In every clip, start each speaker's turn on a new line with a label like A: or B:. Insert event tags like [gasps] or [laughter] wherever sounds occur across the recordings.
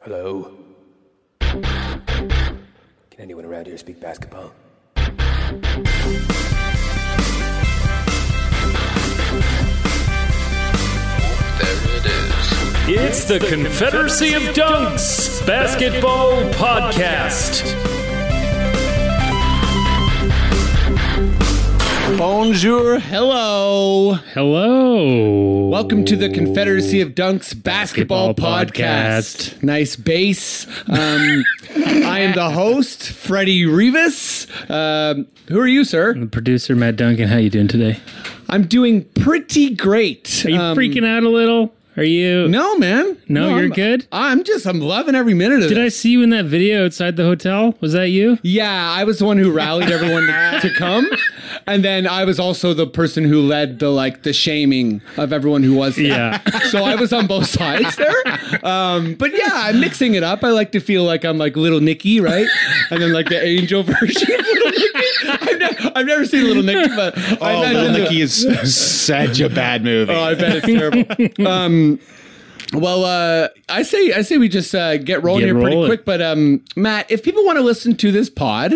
A: Hello? Can anyone around here speak basketball?
B: There it is.
C: It's the Confederacy of Dunks Basketball Podcast.
D: Bonjour, hello.
C: Hello.
D: Welcome to the Confederacy of Dunks Basketball,
C: Basketball
D: podcast. Nice bass. Um, I am the host, Freddie Rivas. Um, who are you, sir?
C: Producer Matt Duncan, how you doing today?
D: I'm doing pretty great.
C: Are you
D: Um,
C: freaking out a little? Are you?
D: No, man.
C: No, you're
D: I'm-
C: good?
D: I'm just, I'm loving every minute of
C: Did I
D: this.
C: see you in that video outside the hotel? Was that you?
D: Yeah, I was the one who rallied everyone to, to come. And then I was also the person who led the like the shaming of everyone who was there.
C: Yeah.
D: [laughs] so I was on both sides there. Um, but yeah, I'm mixing it up. I like to feel like I'm like Little Nicky, right? And then like the angel [laughs] version of Little Nicky. I've, ne- I've never seen Little Nicky, but
E: Oh,
D: I
E: Little
D: imagine-
E: Nicky is
D: [laughs]
E: such a bad movie.
D: Oh, I bet it's
C: [laughs]
D: terrible. Um, well, uh, I say I say we just uh, get rolling
C: Get
D: here pretty
C: rolling.
D: quick. But um, Matt, if people want to listen to this pod,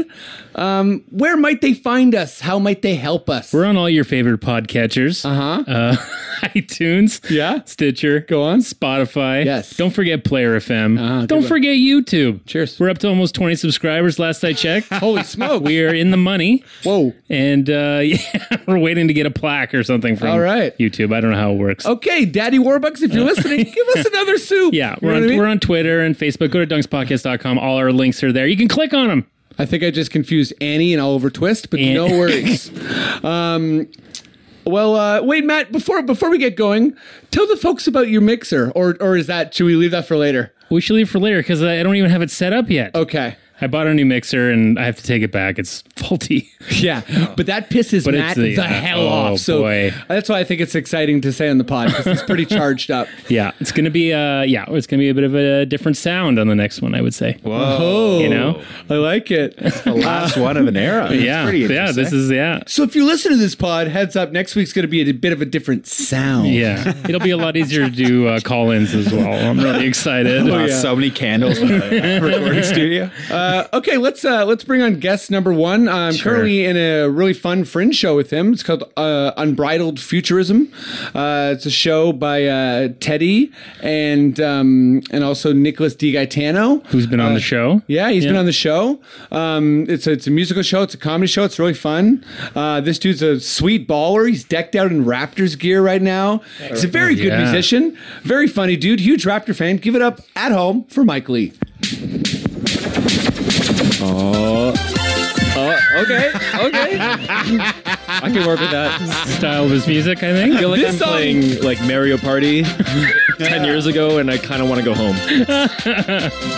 D: um, where might they find us? How might they help us?
C: We're on all your favorite podcatchers. Uh-huh. Uh [laughs] iTunes.
D: Yeah.
C: Stitcher.
D: Go on.
C: Spotify.
D: Yes.
C: Don't forget Player FM.
D: Ah, good
C: Don't
D: one.
C: forget YouTube.
D: Cheers.
C: We're up to almost 20 subscribers last I checked.
D: [laughs] [laughs] Holy
C: [laughs]
D: smoke!
C: we are in the money.
D: Whoa.
C: And uh, [laughs] yeah, we're waiting to get a plaque or something from
D: All right. Oh,
C: YouTube. I don't know how it works.
D: Okay, Daddy Warbucks, if you're listening, give us
C: [laughs]
D: another soup.
C: Uh. Yeah,
D: You
C: we're
D: know
C: on,
D: what I mean?
C: we're on Twitter and Facebook. Go to dunkspodcast.com. All our links are there. You can click on them.
D: I think I just confused Annie and Oliver Twist, but
C: An- [laughs]
D: no worries. um, well, uh, wait, Matt. Before before we get going, tell the folks about your mixer, or or is that should we leave that for later?
C: We should leave for later because I I don't even have it set up yet.
D: Okay.
C: I bought a new mixer and I have to take it back. It's faulty. [laughs]
D: [laughs] Yeah, but that pisses
C: But it's
D: Matt
C: the-
D: the, hell
C: oh,
D: off. So
C: boy.
D: that's why I think it's exciting to say on the pod because it's pretty charged up.
C: yeah, it's gonna be uh yeah, it's gonna be a bit of a different sound on the next one. I would say.
D: Oh,
C: You know?
D: I like it.
E: the last one of an era. It's
C: yeah,
E: pretty
C: yeah. This
E: interesting.
C: is yeah,
D: so if you listen to this pod, heads up, next week's going to be a bit of a different sound.
C: yeah. It'll be a lot easier to do uh, call-ins as well. I'm really excited.
D: Oh,
E: Uh, so many candles in [laughs] the recording studio.
D: Uh, okay, let's uh, let's bring on guest number one. I'm currently in a really fun fringe show with him. It's called uh, Unbridled Futurism. Uh, it's a show by uh, Teddy and um, and also Nicholas Di Gaetano,
C: Who's been on the show?
D: Uh, Yeah, he's been on the show. Um, it's a, it's a musical show. It's a comedy show. It's really fun. Uh, this dude's a sweet baller. He's decked out in Raptors gear right now. He's a very good
C: Yeah.
D: musician. Very funny dude. Huge Raptor fan. Give it up at home for Mike Lee. Oh. oh okay.
F: [laughs]
D: Okay. I can work with that.
C: style of his music. I think.
F: feel like
D: This
F: I'm
D: song-
F: playing like Mario
D: [laughs]
F: Party 10 years ago and I kind of want to go home.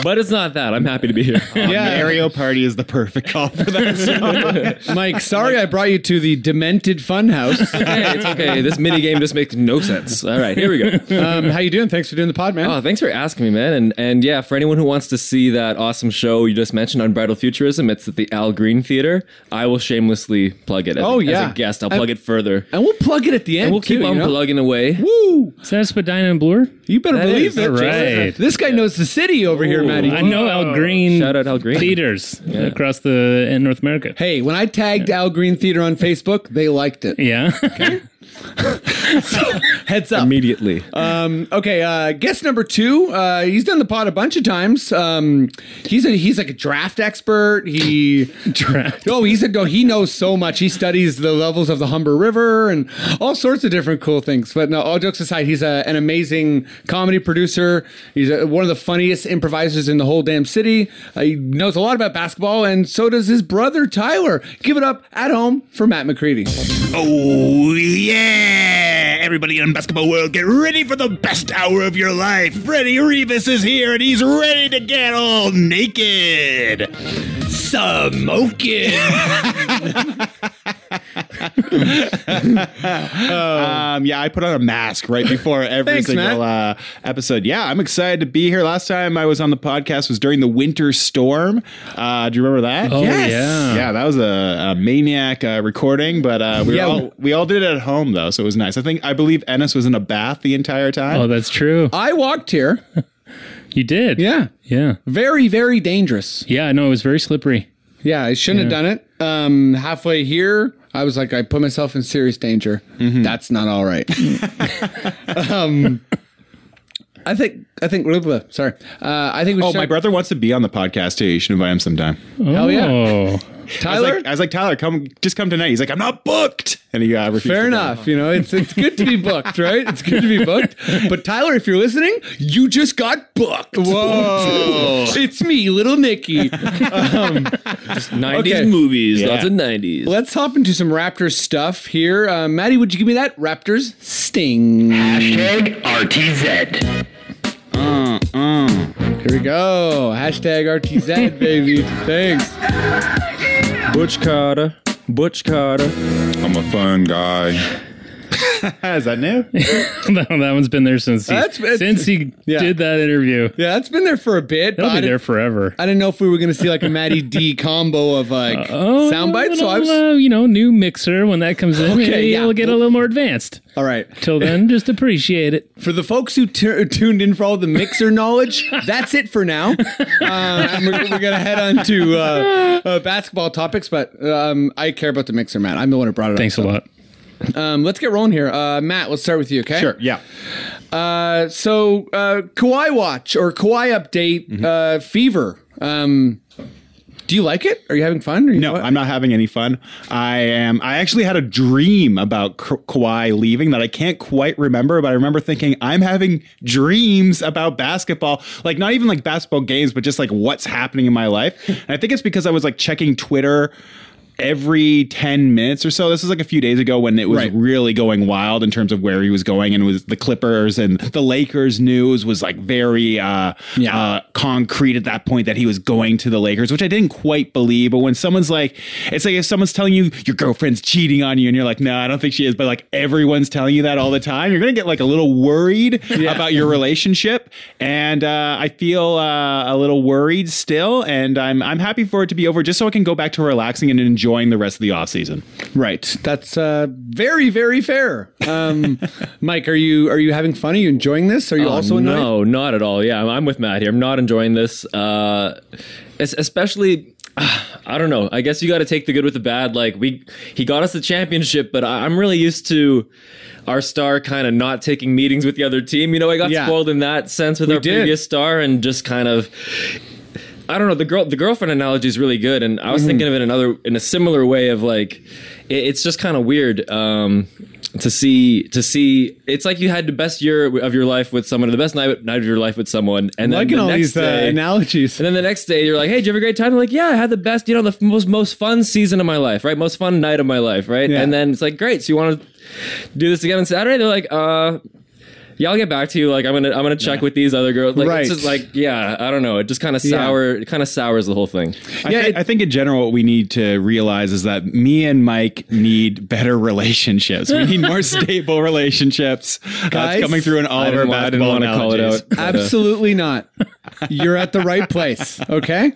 F: but it's not that. I'm happy to be here.
E: Mario Party is the perfect call for that
D: [laughs]
E: song.
D: Mike, sorry I brought you to the demented funhouse.
F: Hey, it's okay. This mini game just makes no sense. All right, here we go.
D: Um, how you doing? Thanks for doing the pod, man.
F: Oh, thanks for asking me, man. And and yeah, for anyone who wants to see that awesome show you just mentioned, [laughs] Unbridled Futurism, it's at the Al Green Theater. I will shamelessly plug it. As,
D: Oh,
F: a,
D: yeah.
F: as a guest, I'll
D: And-
F: plug it further.
D: and we'll plug it at the end.
F: And we'll keep
D: too,
F: on
D: you know?
F: plugging away.
D: Woo!
C: Is that Spadina and Bloor?
D: You better
F: That
D: believe
F: is
D: it.
C: right.
D: This guy knows the city over here, Matty.
C: I know Al Green.
F: Shout out Al Green.
C: theaters across the in North America.
D: Hey, when I tagged Al Green Theater on Facebook, they liked it.
C: Yeah,
D: Heads up.
F: Immediately.
D: Um, okay, uh, guest number two. Uh, he's done the pod a bunch of times. Um, he's a he's like a draft expert. He
C: Draft.
D: Oh, he's a no. He knows so much. He studies the levels of the Humber River and all sorts of different cool things. But no, all jokes aside, he's a, an amazing comedy producer. He's a, one of the funniest improvisers in the whole damn city. Uh, he knows a lot about basketball, and so does his brother Tyler. Give it up at home for Matt McCready.
E: oh, yeah.
G: everybody in basketball world, get ready for the best hour of your life. Freddy Revis is here, and he's ready to get all naked, smoking.
E: [laughs] Um, yeah, I put on a mask right before every
D: Thanks,
E: single uh, episode. Yeah, I'm excited to be here. Last time I was on the podcast was during the winter storm. Uh, do you remember that?
C: Oh, Yes. yeah.
E: yeah, that was a, a maniac uh, recording, but uh, we were
D: Yeah.
E: all we all did it at home though, so it was nice. I think I believe Ennis was in a bath the entire time.
C: Oh, that's true.
D: I walked here.
C: You did.
D: Yeah.
C: Yeah.
D: Very, very dangerous.
C: Yeah. No, it was very slippery.
D: Yeah, I shouldn't have done it. Um, halfway here, I was like, I put myself in serious danger.
E: Mm-hmm.
D: That's not all right. [laughs] um, I think, I think, blah, blah, sorry. Uh, I think we
E: Oh,
D: should.
E: my brother wants to be on the podcast too. You should invite him sometime.
C: oh, [laughs]
D: Hell yeah.
E: I was,
D: Tyler,
E: like, I was like, Tyler, come, just come tonight. He's like, I'm not booked, and he uh, refused.
D: fair
E: to go.
D: enough. You know, it's, it's good to be booked, right? It's good to be
E: [laughs]
D: booked. But Tyler, if you're listening, you just got booked. Whoa. [laughs] it's me, little Nicky.
F: 90s
D: Okay.
F: movies,
E: Yeah.
F: lots of 90s.
D: Let's hop into some Raptors stuff here. Uh, Maddie, would you give me that? Raptors sting.
H: Hashtag RTZ.
D: Uh-uh. Here we go. Hashtag RTZ, baby. Thanks.
F: Butch Carter. Butch Carter.
I: I'm a fun guy.
E: [laughs] Is that new?
C: no, that one's been there since he,
D: That's- it's-
C: since he
D: [laughs] yeah.
C: did that interview.
D: Yeah, that's been there for a bit. but
C: It'll
D: I
C: be
D: didn't-
C: there forever.
D: I didn't know if we were going to see like a Maddie D combo of like
C: Oh,
D: sound bites. So I
C: little,
D: was.
C: uh, you know, new mixer when that comes in,
D: Okay,
C: maybe
D: yeah.
C: it'll get a little more advanced.
D: all right.
F: [laughs]
C: Till then, just appreciate it.
D: For the folks who tu- [laughs] tuned in for all the mixer knowledge, that's it for now. Uh, and we're we're going to head on to uh, uh, basketball topics, but um, I care about the mixer, Matt. I'm the one who brought it
C: Thanks a
D: up.
C: lot.
D: so, Um, let's get rolling here. Uh, Matt, let's start with you, okay?
E: Sure. Yeah.
D: Uh, so uh, Kawhi Watch or Kawhi Update uh, Fever. Um, do you like it? Are you having fun? Are you
E: No, I'm not having any fun. I am. I actually had a dream about Ka- Kawhi leaving that I can't quite remember, but I remember thinking I'm having dreams about basketball, like not even like basketball games, but just like what's happening in my
D: [laughs]
E: life. And I think it's because I was like checking Twitter every 10 minutes or so this is like a few days ago when it was
D: Right.
E: really going wild in terms of where he was going and it was the clippers and the lakers news was like very uh,
D: Yeah.
E: uh concrete at that point that he was going to the Lakers, which I didn't quite believe. But when someone's like, it's like if someone's telling you your girlfriend's cheating on you, and you're like, no, I don't think she is, but like everyone's telling you that all the time, you're gonna get like a little worried about your relationship. And uh, I feel uh, a little worried still, and I'm I'm happy for it to be over, just so I can go back to relaxing and enjoying the rest of the offseason.
D: right. That's uh, very very fair. Um, Mike, are you are you having fun? Are you enjoying this? Are you
F: Oh,
D: also annoyed?
F: no, not at all. Yeah, I'm, I'm with Matt here. I'm not enjoying this. Uh, es- especially, [sighs] I don't know. I guess you got to take the good with the bad. Like we, he got us the championship, but I, I'm really used to our star kind of not taking meetings with the other team. You know, I got
D: Yeah.
F: spoiled in that sense with our
D: did.
F: previous star, and just kind of. I don't know the girl the girlfriend analogy is really good and
E: Mm-hmm.
F: I was thinking of it another in a similar way of like it, it's just kind of weird um to see to see it's like you had the best year of your life with someone or the best night, night of your life with someone and then
D: Liking
F: the
D: all
F: next
D: these uh,
F: day,
D: analogies.
F: and then the next day you're like hey did you have a great time They're like yeah I had the best you know the f- most most fun season of my life right most fun night of my life right
D: Yeah.
F: and then it's like great so you want to do this again on Saturday they're like uh yeah, I'll get back to you. Like, I'm gonna, I'm gonna check with these other girls. Like,
D: Right.
F: it's just like, yeah, I don't know. It just kind of sour, it kind of sours the whole thing.
E: I, thi- I think in general, what we need to realize is that me and Mike need better relationships. We
F: [laughs]
E: need more stable relationships. That's
D: Guys,
E: coming through in all
F: I
E: of our
F: didn't, wa- I didn't
E: basketball
F: want to call it
E: analogies.
F: out. [laughs] uh,
D: Absolutely not. You're at the right place. Okay,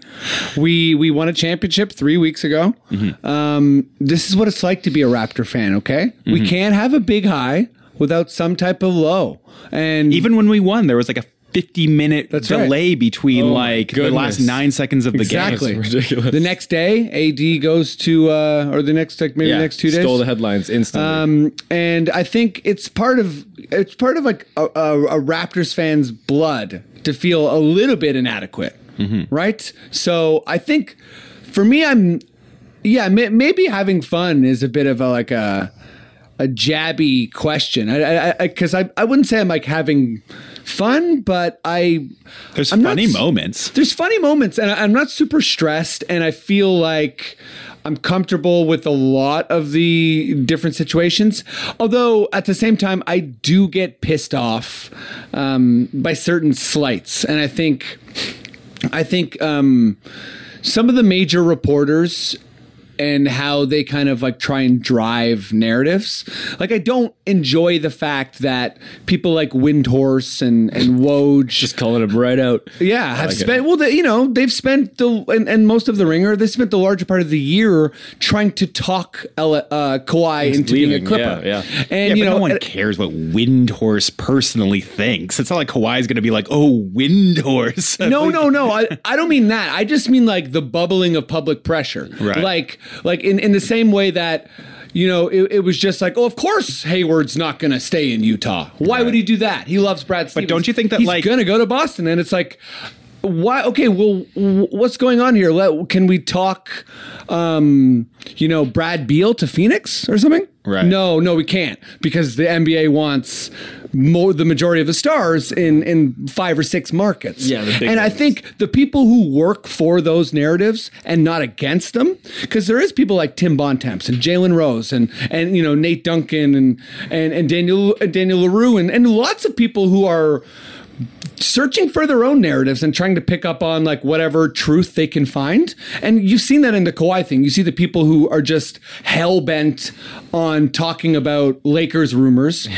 D: we we won a championship three weeks ago.
F: Mm-hmm.
D: Um, this is what it's like to be a Raptor fan. Okay,
F: Mm-hmm.
D: we can't have a big high without some type of low. And
E: Even when we won, there was like a 50 minute
D: That's right.
E: delay between like the
F: Oh goodness.
E: last nine seconds of the
D: exactly
E: game.
F: ridiculous.
D: The next day, AD goes to uh, or the next like maybe the next two days
F: Stole the headlines instantly.
D: Um, and I think it's part of it's part of like a, a, a Raptors fan's blood to feel a little bit inadequate, right? So I think for me, I'm yeah, may, maybe having fun is a bit of a like a a jabby question. I because I, because I, I wouldn't say I'm like having fun, but I
E: There's
D: I'm not
E: funny
D: s-
E: moments.
D: there's funny moments, and I, I'm not super stressed, and I feel like I'm comfortable with a lot of the different situations. Although at the same time, I do get pissed off um, by certain slights, and I think, I think um, some of the major reporters and how they kind of like try and drive narratives. Like I don't enjoy the fact that people like Windhorse and and Woj just
F: calling them right out.
D: Yeah,
F: like
D: have
F: it.
D: spent well, they, you know, they've spent the and, and most of the ringer they spent the larger part of the year trying to talk Ele- uh, Kawhi
E: He's
D: into being
E: leaving,
D: a Clipper.
E: yeah, yeah.
D: and
E: Yeah,
D: you
E: but
D: know,
E: no one cares what Windhorse personally thinks. It's not like Kawhi's going to be like, "Oh, Windhorse."
D: no, no, no. I, I don't mean that. I just mean like the bubbling of public pressure.
E: Right.
D: Like like in, in the same way that you know, it, it was just like, oh, of course, Hayward's not going to stay in Utah. Why would he do that? He loves Brad Stevens. But don't you think that he's like going to go to Boston? And it's like, why? Okay, well, w- what's going on here? Let, can we talk, um, you know, Brad Beal to Phoenix or something? Right. No, no, we can't because the NBA wants more the majority of the stars in in five or six markets.
F: Yeah, the big
D: and I think the people who work for those narratives and not against them, because there is people like Tim Bontemps and Jalen Rose and and you know Nate Duncan and and and Daniel and Daniel Larue and and lots of people who are searching for their own narratives and trying to pick up on like whatever truth they can find. And you've seen that in the Kawhi thing. You see the people who are just hell bent on talking about Lakers rumors,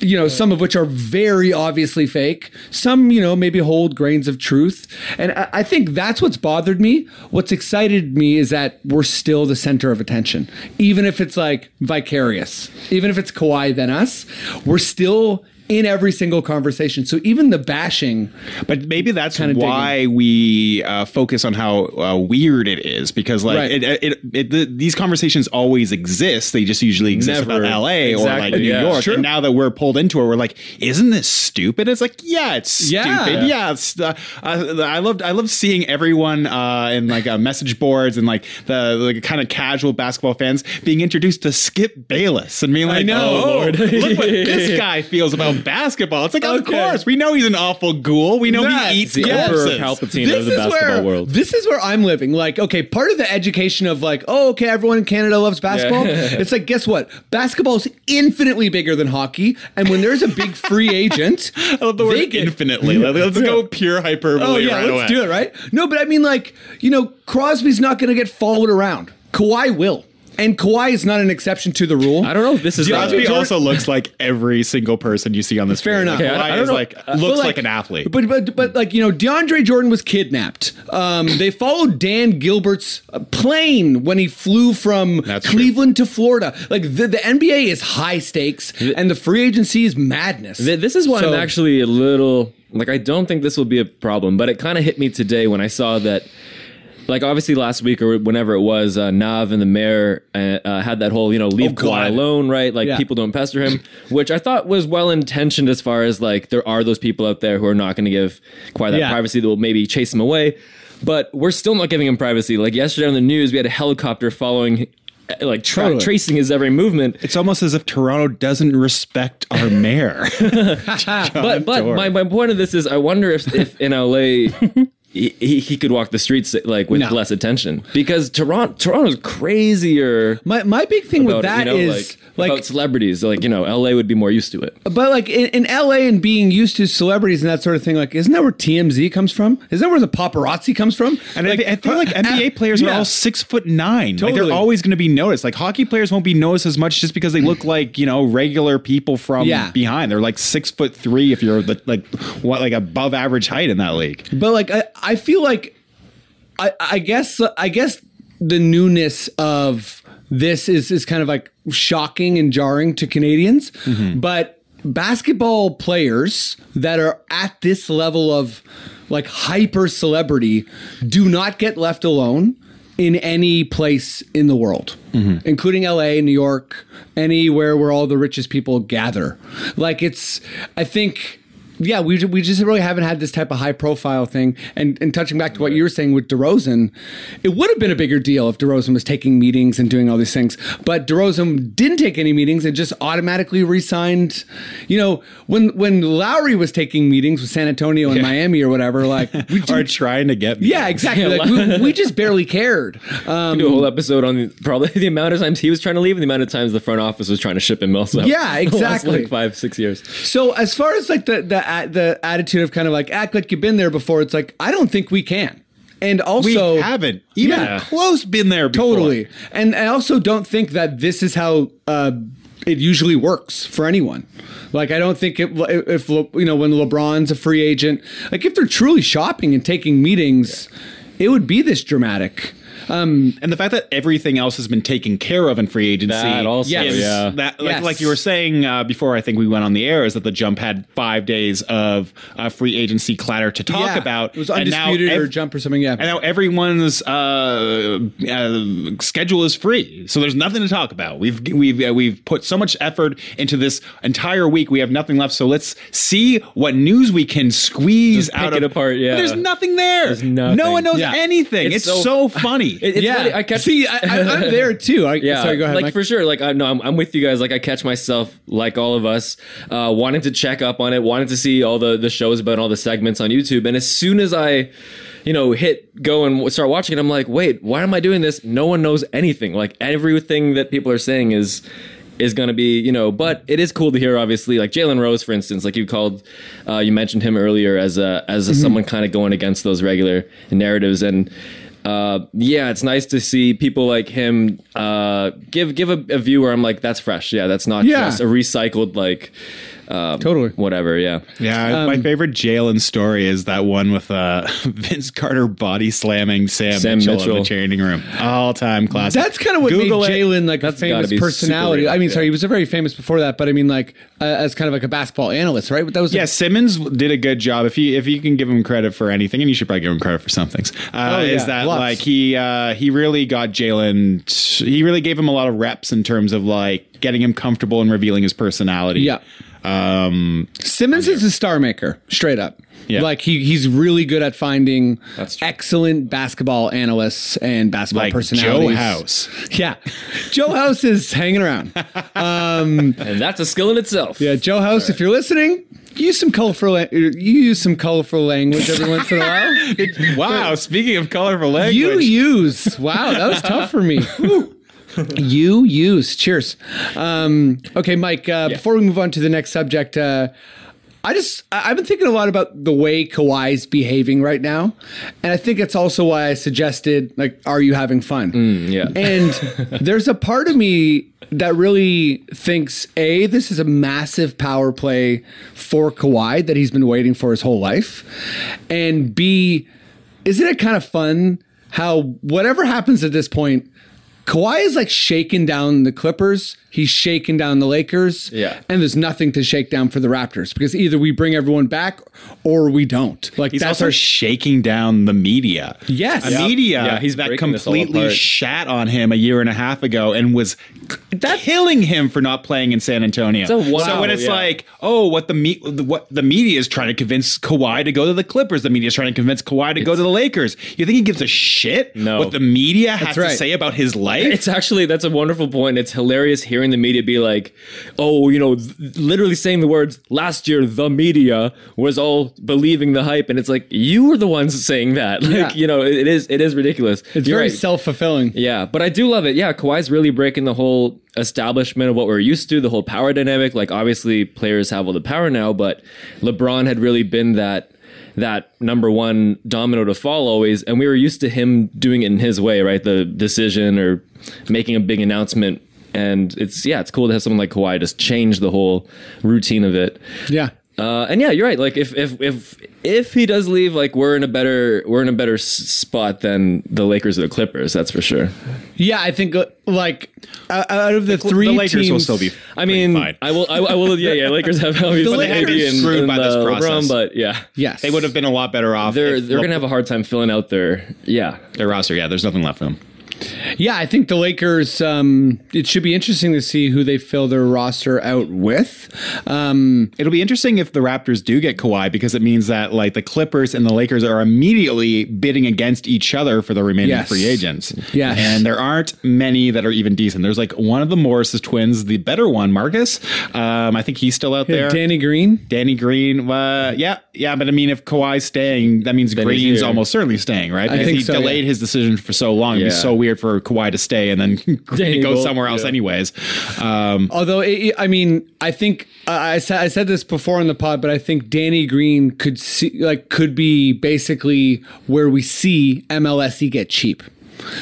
D: you know, some of which are very obviously fake, some, you know, maybe hold grains of truth. And I, I think that's what's bothered me. What's excited me is that we're still the center of attention, even if it's like vicarious, even if it's Kawhi than us, we're still in every single conversation. So even the bashing,
E: but maybe that's
D: kind
E: why we uh, focus on how uh, weird it is because like
D: Right.
E: it, uh, it, it, the, these conversations always exist they just usually exist
F: Never.
E: about la or
F: Exactly,
E: like new
F: yeah.
E: york
F: Sure.
E: and now that we're pulled into it we're like isn't this stupid it's like yeah it's
F: Yeah.
E: stupid yeah it's, uh, uh, i loved i loved seeing everyone uh, in like uh, message boards and like the like, kind of casual basketball fans being introduced to skip bayless and being like
F: know.
E: oh,
F: Lord. [laughs]
E: look what this guy feels about basketball it's like of
D: Okay.
E: course we know he's an awful ghoul we know
D: That-
E: he eats
D: the
E: corpses.
D: Emperor
F: Palpatine
D: This is where, This is where I'm living. Like, okay, part of the education of like, oh, okay, everyone in Canada loves basketball. it's like, guess what? Basketball is infinitely bigger than hockey. And when there's a big free agent,
E: I love the word infinitely. Let's go pure hyperbole
D: Oh yeah,
E: right
D: let's
E: away.
D: do it, right? No, but I mean, like, you know, Crosby's not going to get followed around. Kawhi will. And Kawhi is not an exception to the rule. I
F: don't know if this
E: Crosby also looks like every single person you see on this.
D: Fair
E: screen.
D: enough.
E: Like,
D: Okay, I- I
E: Kawhi
D: don't
E: is
D: know.
E: like
D: Uh,
E: looks
D: but,
E: like, an athlete.
D: But but but like you know, DeAndre Jordan was kidnapped. Um, they followed Dan Gilbert's uh, plane when he flew from Cleveland to Florida. Like the, the NBA is high stakes, and the free agency is madness.
F: Th- This is why
D: So-
F: I'm actually a little like I don't think this will be a problem, but it kind of hit me today when I saw that. Like obviously last week or whenever it was, uh, Nav and the mayor uh, uh, had that whole you know leave
D: Oh,
F: Kawhi
D: God.
F: alone, right? Like
D: Yeah.
F: people don't pester him, which I thought was well intentioned as far as like there are those people out there who are not going to give Kawhi that
D: Yeah.
F: privacy that will maybe chase him away, but we're still not giving him privacy. Like yesterday on the news, we had a helicopter following, uh, like tra-
E: Totally.
F: tracing his every movement.
E: it's almost as if Toronto doesn't respect [laughs] our mayor.
F: but but
E: Jordan.
F: my, my point of this is I wonder if if in
D: [laughs]
F: LA he, he, he could walk the streets like with
D: No.
F: less attention because Toronto Toronto's crazier.
D: [laughs] My my big thing with
F: about
D: that
F: it, you know,
D: is
F: like,
D: like, Um,
F: about celebrities like you know LA would be more used to it.
D: but like in, in LA and being used to celebrities and that sort of thing, like isn't that where TMZ comes from? Isn't that where the paparazzi comes from?
E: And I, thi- I feel like
D: uh,
E: NBA players are
D: yeah.
E: all six foot nine. Like
D: Totally.
E: they're always going to be noticed. Like hockey players won't be noticed as much just because they
D: [clears throat]
E: look like you know regular people from
D: Yeah.
E: behind. They're like six foot three if you're the, like what like above average height in that league.
D: But like I, I feel like I I guess I guess the newness of this is is kind of like shocking and jarring to Canadians, but basketball players that are at this level of like hyper celebrity do not get left alone in any place in the world, including LA, New York, anywhere where all the richest people gather. Like it's I think yeah, we, ju- we just really haven't had this type of high profile thing. And, and touching back to what you were saying with DeRozan, it would have been a bigger deal if DeRozan was taking meetings and doing all these things. But DeRozan didn't take any meetings and just automatically re-signed. You know, when when Lowry was taking meetings with San Antonio and Miami or whatever,
E: [laughs]
D: like we
E: are trying to
D: [laughs]
E: get.
D: Yeah, exactly.
F: Yeah,
D: Like, we, we just barely cared. Um,
F: do a whole episode on the, probably [laughs] the amount of times he was trying to leave and the amount of times the front office was trying to ship him also.
D: Yeah,
F: The [laughs] last,
D: exactly.
F: like five, six years.
D: So as far as like the the a- the attitude of kind of like act like you've been there before, it's like I don't think we can. And
E: We
D: also
E: haven't even
D: Yeah.
E: close been there. Before.
D: totally. And I also don't think that this is how uh, it usually works for anyone. Like I don't think it, if Le- you know when LeBron's a free agent, like if they're truly shopping and taking meetings, it would be this dramatic. Um,
E: and the fact that everything else has been taken care of in free agency.
F: That also, yeah.
E: That, like,
D: Yes.
E: like you were saying uh, before, I think we went on the air, is that the jump had five days of uh, free agency clatter to talk
D: yeah.
E: about.
D: it was
E: and now
D: undisputed or
E: ev-
D: jump or something. Yeah,
E: And now everyone's uh, uh, schedule is free, so there's nothing to talk about. We've we've uh, we've put so much effort into this entire week. We have nothing left, so let's see what news we can squeeze
F: Just pick
E: out
F: it
E: of
F: apart, yeah.
E: But there's nothing there.
F: There's nothing.
E: No one knows
D: Yeah.
E: anything. It's,
F: It's
E: so,
F: so-
E: funny.
F: [laughs] It- it's
D: yeah.
F: funny, I catch-
D: See, I, I, I'm
F: [laughs]
D: there too. I,
F: Yeah,
D: sorry, go ahead.
F: like
D: Mike.
F: for sure. Like I know I'm, I'm with you guys. Like I catch myself, like all of us, uh, wanting to check up on it, wanting to see all the the shows about all the segments on YouTube. And as soon as I, you know, hit go and w- start watching it, I'm like, wait, why am I doing this? No one knows anything. Like everything that people are saying is is going to be you know but it is cool to hear obviously like jalen rose for instance like you called uh, you mentioned him earlier as a as a,
D: Mm-hmm.
F: someone kind of going against those regular narratives and uh, yeah, it's nice to see people like him uh, give give a, a view where I'm like, that's fresh. Yeah, that's not
D: Yeah.
F: just a recycled like um,
D: Uh, Totally.
F: whatever.
D: [laughs]
F: Yeah,
E: Yeah,
D: Um,
E: my favorite Jalen story is that one with uh, [laughs] Vince Carter body slamming Sam,
F: Sam
E: Mitchell, in
F: Mitchell.
E: the changing room. All time classic.
D: That's kind of what
E: Google
D: made
E: it.
D: Jalen like a famous
F: gotta be
D: personality.
F: super
D: I mean,
F: rare,
D: sorry,
F: yeah.
D: he was very famous before that, but I mean, like uh, as kind of like a basketball analyst, right? But that was
E: Yeah, Simmons did a good job. If you if you can give him credit for anything, and you should probably give him credit for some things, uh,
D: Oh, yeah,
E: is that
D: lots.
E: like he uh, he really got Jalen. He really gave him a lot of reps in terms of like getting him comfortable and revealing his personality.
D: Yeah.
E: Um,
D: Simmons is a star maker, straight up.
E: Yeah.
D: Like he he's really good at finding
F: That's true.
D: excellent basketball analysts and basketball
E: like Joe
D: personalities.
E: House.
D: [laughs] Yeah. Joe House is hanging
E: [laughs]
D: around.
F: and that's a skill in itself.
D: Yeah, Joe House, if you're listening, use some colorful la- you use some colorful language every once in a while.
E: [laughs] Wow. speaking of colorful language,
D: You use. Wow, that was tough for
E: [laughs]
D: me. you use. Cheers. Um, okay, Mike. Uh, Before we move on to the next subject, uh, I just I- I've been thinking a lot about the way Kawhi's behaving right now, and I think that's also why I suggested like, are you having fun?
F: yeah.
D: [laughs] And there's a part of me that really thinks a this is a massive power play for Kawhi that he's been waiting for his whole life, and b isn't it kind of fun how whatever happens at this point. Kawhi is like shaking down the Clippers. He's shaking down the Lakers.
F: Yeah.
D: And there's nothing to shake down for the Raptors because either we bring everyone back or we don't. Like
E: He's
D: that's
E: also
D: our
E: shaking down the media.
D: Yes.
E: A
D: Yeah.
E: media
F: Yeah, he's
E: that
F: breaking this all
E: completely
F: apart.
E: shat on him a year and a half ago and was that killing him for not playing in San Antonio.
F: It's a wow,
E: so when it's
F: yeah.
E: like, oh, what the me- what the media is trying to convince Kawhi to go to the Clippers, the media is trying to convince Kawhi to go to the Lakers. You think he gives a shit
F: No.
E: what the media has to
D: right.
E: say about his life?
F: It's actually that's a wonderful point. It's hilarious hearing the media be like, "Oh, you know," th- literally saying the words. Last year, the media was all believing the hype, and it's like you were the ones saying that. [laughs] Like
D: Yeah.
F: you know, it, it is it is ridiculous.
D: it's
F: You're
D: very
F: right.
D: self fulfilling.
F: Yeah, but I do love it. Yeah, Kawhi's really breaking the whole establishment of what we're used to, the whole power dynamic. Like obviously players have all the power now, but LeBron had really been that that number one domino to fall always, and we were used to him doing it in his way, right? The decision or making a big announcement. And it's yeah, it's cool to have someone like Kawhi just change the whole routine of it.
D: Yeah.
F: Uh, and yeah, you're right. Like if if if if he does leave, like we're in a better we're in a better s- spot than the Lakers or the Clippers. That's for sure.
D: Yeah, I think uh, like uh, out of the, three
E: the Lakers
D: teams,
E: will still be.
F: I mean,
E: fine.
F: I will. I, will- I will. Yeah, yeah. Lakers
E: [laughs]
F: have obviously
D: The Lakers
F: AD and,
E: screwed
F: and
E: by
F: uh,
E: this process.
F: LeBron, but yeah,
D: Yes,
E: They would have been a lot better off.
F: they're
E: if
F: they're
E: Le-
F: gonna have a hard time filling out their yeah.
E: their roster. Yeah, there's nothing left for them.
D: Yeah, I think the Lakers. Um, it should be interesting to see who they fill their roster out with. Um,
E: It'll be interesting if the Raptors do get Kawhi because it means that like the Clippers and the Lakers are immediately bidding against each other for the remaining
D: Yes.
E: free agents.
D: Yes.
E: and there aren't many that are even decent. There's like one of the Morris's twins, the better one, Marcus. Um, I think he's still out there.
D: Danny Green.
E: Danny Green, uh, yeah, yeah, but I mean, if Kawhi's staying, that means
F: he's
E: Green's
F: here.
E: almost certainly staying, right?
D: I
E: Because
D: think
E: he
D: so,
E: delayed
D: yeah.
E: his decision for so long. It'd be
F: Yeah.
E: so weird for Kawhi to stay and then [laughs] Green go
F: Dable,
E: somewhere else,
F: yeah.
E: anyways. Um,
D: Although, it, it- I mean, I think I, I, said, I said this before in the pod, but I think Danny Green could see like could be basically where we see MLSE E get cheap.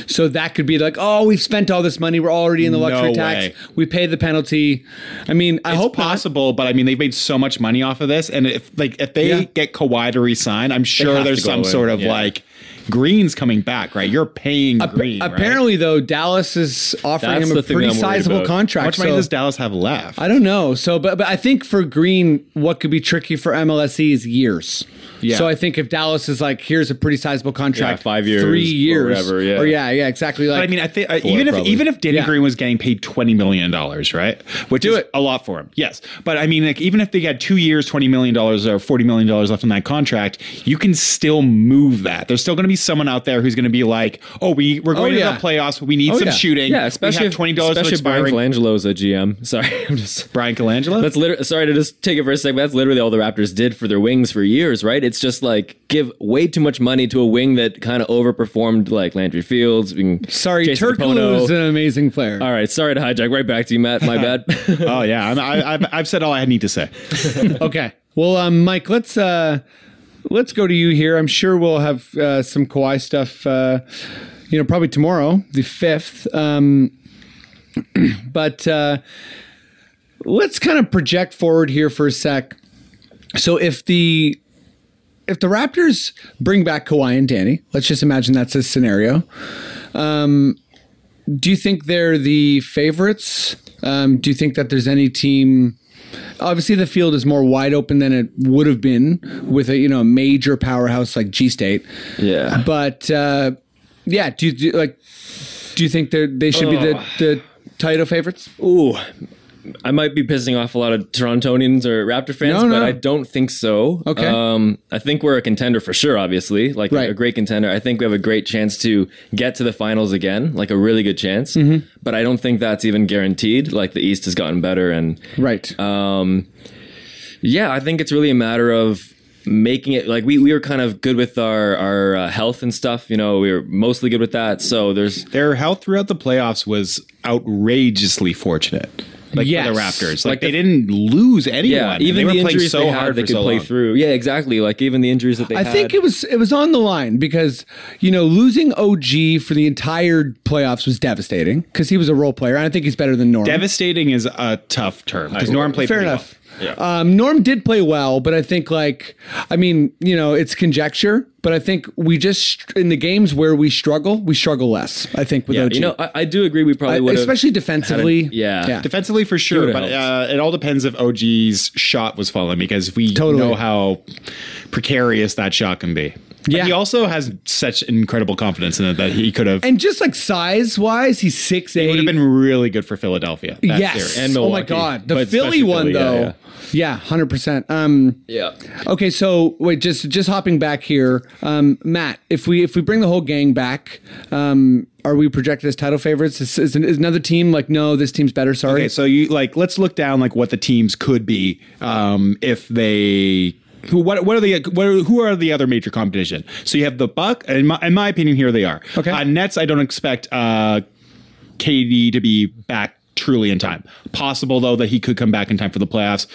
D: So that could be like, oh, we've spent all this money. We're already in the luxury
E: No way.
D: tax. We pay the penalty. I mean, I
E: I
D: hope
E: hope
D: not.
E: possible, but I mean, they've made so much money off of this, and if like if they
D: Yeah.
E: get Kawhi to resign, I'm sure
F: have
E: there's
F: to go
E: some
F: away,
E: sort of
F: yeah.
E: like Green's coming back, right? You're paying
D: Ap-
E: Green. right?
D: apparently, though, Dallas is offering
F: That's
D: him a
F: the thing
D: pretty
F: I'm worried
D: sizable
F: about.
E: how
D: contract.
E: much money
D: so-
E: does Dallas have left?
D: I don't know. So, but but I think for Green, what could be tricky for MLSE E is years.
E: Yeah.
D: So I think if Dallas is like, here's a pretty sizable contract,
F: Yeah, five years
D: three
F: or
D: years,
F: whatever, yeah.
D: or yeah, yeah, exactly. Like,
E: But I mean, I think uh,
F: Four,
E: even if
F: probably.
E: even if Danny
D: Yeah.
E: Green was getting paid twenty million dollars, right, which is a lot for him, yes. But I mean, like even if they had two years, twenty million dollars or forty million dollars left on that contract, you can still move that. There's still going to be someone out there who's going to be like, "Oh, we we're going
D: yeah.
E: to the playoffs. We need
D: Oh,
E: some
D: yeah.
E: shooting.
F: Yeah, especially
E: we have
F: if-
E: twenty dollars
F: Especially if Brian
E: expiring."
F: Colangelo's a GM. Sorry, [laughs] I'm just
E: Brian Colangelo.
F: That's literally sorry to just take it for a second. but That's literally all the Raptors did for their wings for years, right? It's just like give way too much money to a wing that kind of overperformed, like Landry Fields. and
D: sorry,
F: Jason
D: Turkoglu
F: Topono.
E: uh,
D: is an amazing player.
F: all right, sorry to hijack. Right back to you, Matt.
E: [laughs]
F: My bad. [laughs]
E: oh yeah, I'm, I, I've, I've said all I need to say.
D: [laughs] Okay. Well, um, Mike, let's uh, let's go to you here. I'm sure we'll have uh, some Kawhi stuff. Uh, you know, probably tomorrow, the fifth. Um, [clears throat] but uh, let's kind of project forward here for a sec. So if the if the Raptors bring back Kawhi and Danny, let's just imagine that's a scenario. Um, do you think they're the favorites? Um, do you think that there's any team? obviously the field is more wide open than it would have been with a you know a major powerhouse like G State.
F: yeah,
D: But uh, yeah, do you do, you- like? Do you think they they should be the the title favorites?
F: Ooh, I might be pissing off a lot of Torontonians or Raptor fans,
D: No,
F: but
D: no.
F: I don't think so.
D: Okay.
F: Um, I think we're a contender for sure, obviously, like
D: Right.
F: a great contender. I think we have a great chance to get to the finals again, like a really good chance.
D: Mm-hmm.
F: But I don't think that's even guaranteed. Like the East has gotten better and
D: Right.
F: um, yeah, I think it's really a matter of making it like we, we were kind of good with our our uh, health and stuff. You know, we were mostly good with that. So there's
E: Their health throughout the playoffs was outrageously fortunate. Like for
D: Yes.
E: the Raptors, like,
F: Like
E: they
F: the-
E: didn't lose anyone.
F: yeah,
E: and
F: even
E: they
F: the
E: were playing
F: injuries
E: so
F: they
E: hard
F: had, they
E: for
F: could
E: so
F: play
E: long.
F: through. Yeah, exactly. Like even the injuries that they
D: I
F: had.
D: think it was it was on the line because you know losing OG for the entire playoffs was devastating because he was a role player and I think he's better than Norm.
E: Devastating is a tough term because Norm played
D: Fair
E: pretty
D: enough.
E: well.
D: Um, Norm did play well, but I think like I mean, you know, it's conjecture, but I think we just in the games where we struggle, we struggle less. I think with OG,
F: You know, I, I do agree. We probably
D: I-
F: would,
D: especially defensively.
F: yeah.
D: yeah.
E: Defensively, for sure,
F: would've
E: but uh,
F: helped.
E: it all depends if OG's shot was falling because we
D: Totally.
E: know how precarious that shot can be. But
D: Yeah.
E: he also has such incredible confidence in it that he could have.
D: and just like size wise, he's six
E: He
D: eight.
E: would have been really good for Philadelphia. that
D: yes.
E: series.
F: And
D: oh my
F: Milwaukee,
D: god, the
F: but
D: Philly
F: especially
D: one
F: Philly, yeah,
D: though. Yeah, hundred percent. Um,
F: yeah.
D: okay, so wait, just just hopping back here, um, Matt. If we if we bring the whole gang back, um, are we projected as title favorites? Is, is, is another team like no, this team's better? Sorry,
E: Okay, so you like let's look down like what the teams could be um, if they who what what are the what are, who are the other major competition? So you have the Buck. In my, in my opinion, here they are.
D: Okay.
E: uh, Nets. I don't expect uh, KD to be back truly in time. Possible though that he could come back in time for the playoffs.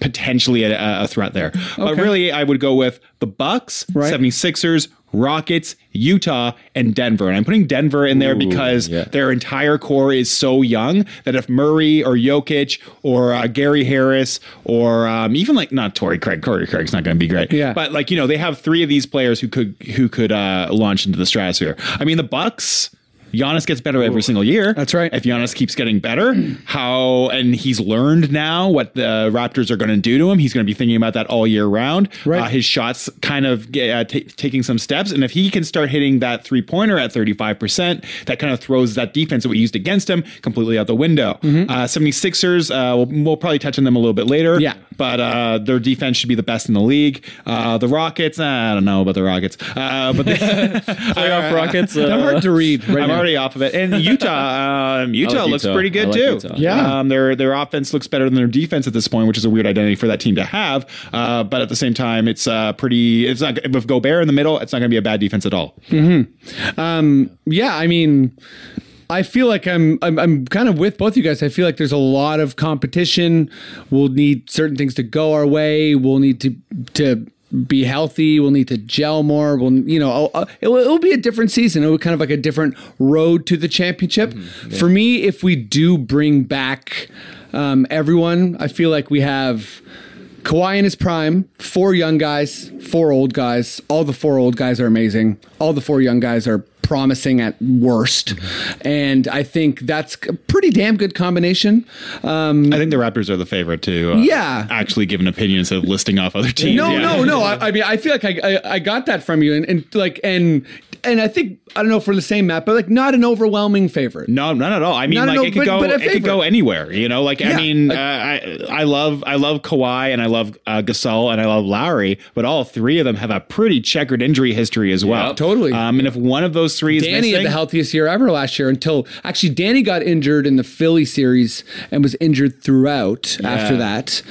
E: Potentially a, a threat there, but
D: Okay.
E: really I would go with the Bucks,
D: Right.
E: 76ers, Rockets, Utah, and Denver. And I'm putting Denver in there because
F: yeah.
E: their entire core is so young that if Murray or Jokic or uh, Gary Harris or um, even like not Torrey Craig, Torrey Craig's not going to be great.
D: Yeah.
E: but like you know they have three of these players who could who could uh, launch into the stratosphere. I mean the Bucks. Giannis gets better every single year. That's right. If Giannis keeps getting better, how and he's learned now what the Raptors are going to do to him. He's going to be thinking about that all year round. Right. Uh, his shots kind of get, uh, ta- taking some steps, and if he can start hitting that three pointer at thirty five percent, that kind of throws that defense that we used against him completely out the window. Uh, 76ers, uh, we'll, we'll probably touch on them a little bit later. Yeah, but uh, their defense should be the best in the league. Uh, the Rockets, uh, I don't know about the Rockets, uh, [laughs] but they, [laughs]
F: Playoff Rockets. Uh,
D: I'm hard to read right
E: I'm
D: now.
E: already off of it. And
F: [laughs]
E: Utah, um, Utah
F: I like
E: looks
F: Utah.
E: pretty good
F: I like
E: too.
F: Utah.
D: Yeah.
E: um, their their offense looks better than their defense at this point, which is a weird identity for that team to have. Uh, but at the same time, it's uh, pretty. It's not with Gobert in the middle. It's not going to be a bad defense at all.
D: Hmm. Um, yeah, I mean, I feel like I'm, I'm I'm kind of with both you guys. I feel like there's a lot of competition. We'll need certain things to go our way. We'll need to to be healthy. We'll need to gel more. We'll you know I'll- it'll, it'll be a different season. It'll be kind of like a different road to the championship. For me, if we do bring back um, everyone, I feel like we have. Kawhi in his prime, four young guys, four old guys. All the four old guys are amazing. All the four young guys are promising at worst. And I think that's a pretty damn good combination. Um,
E: I think the Raptors are the favorite to uh,
D: Yeah.
E: actually give an opinion instead of listing off other teams.
D: no,
E: Yeah.
D: no, no. I, I mean, I feel like I, I, I got that from you. And, and like, and, and I think, I don't know if we're the same map, but like not an overwhelming favorite.
E: No, not at all. I mean,
D: No, no,
E: like
D: no,
E: it could
D: but-
E: go,
D: but a
E: it could go
D: favorite.
E: anywhere. You know, like I
D: Yeah,
E: mean,
D: like-
E: uh, I I love I love Kawhi and I love uh, Gasol and I love Lowry, but all three of them have a pretty checkered injury history as well.
D: Yeah, totally.
E: Um, and if one of those three is
D: Danny had
E: missing,
D: the healthiest year ever last year until actually Danny got injured in the Philly series and was injured throughout after that.